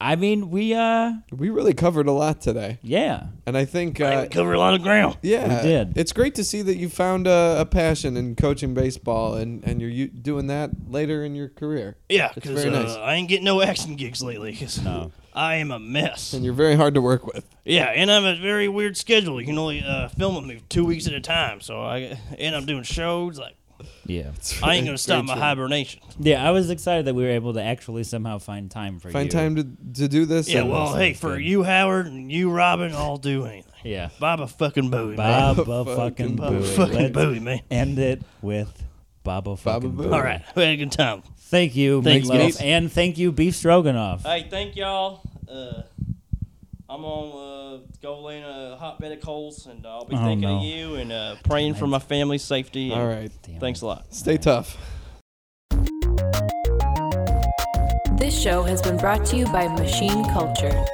S2: I mean, we uh,
S3: we really covered a lot today,
S2: yeah.
S3: and I think
S4: I
S3: uh,
S4: cover a lot of ground.
S3: yeah,
S2: We did.
S3: It's great to see that you found a, a passion in coaching baseball, and and you're u- doing that later in your career,
S4: Yeah,
S3: It's
S4: because
S3: very nice.
S4: uh, I ain't getting no action gigs lately. 'cause
S2: No.
S4: I am a mess.
S3: and you're very hard to work with.
S4: Yeah, and I have a very weird schedule. You can only uh, film with me two weeks at a time. So I and I'm doing shows. Like
S2: Yeah.
S3: (laughs)
S4: I ain't gonna stop
S3: Very
S4: my
S3: true.
S4: hibernation.
S2: Yeah, I was excited that we were able to actually somehow find time for
S3: Find
S2: you.
S3: time to to do this.
S4: Yeah,
S3: and-
S4: well, hey,
S2: sounds
S4: for
S2: good.
S4: you, Howard, and you, Robin, I'll do anything.
S2: Yeah.
S4: Bob a fucking buoy, man.
S2: Bob a fucking
S4: Bob a
S2: booey.
S4: fucking
S2: Let's
S4: buoy, man.
S2: end it with Bob a fucking
S3: booey.
S2: booey.
S4: All right, we had a good time.
S2: Thank you,
S4: Thanks,
S2: Meatloaf,
S4: Beef.
S2: and thank you, Beef Stroganoff.
S4: Hey, thank y'all. Uh, I'm on uh, go lay in a hotbed of coals, and I'll be
S2: Oh,
S4: thinking
S2: no.
S4: of you and uh, praying for
S2: Damn it.
S4: my family's safety. and
S3: All right,
S2: Damn
S4: Thanks
S2: it.
S4: a lot.
S3: stay tough.
S6: This show has been brought to you by Machine Culture.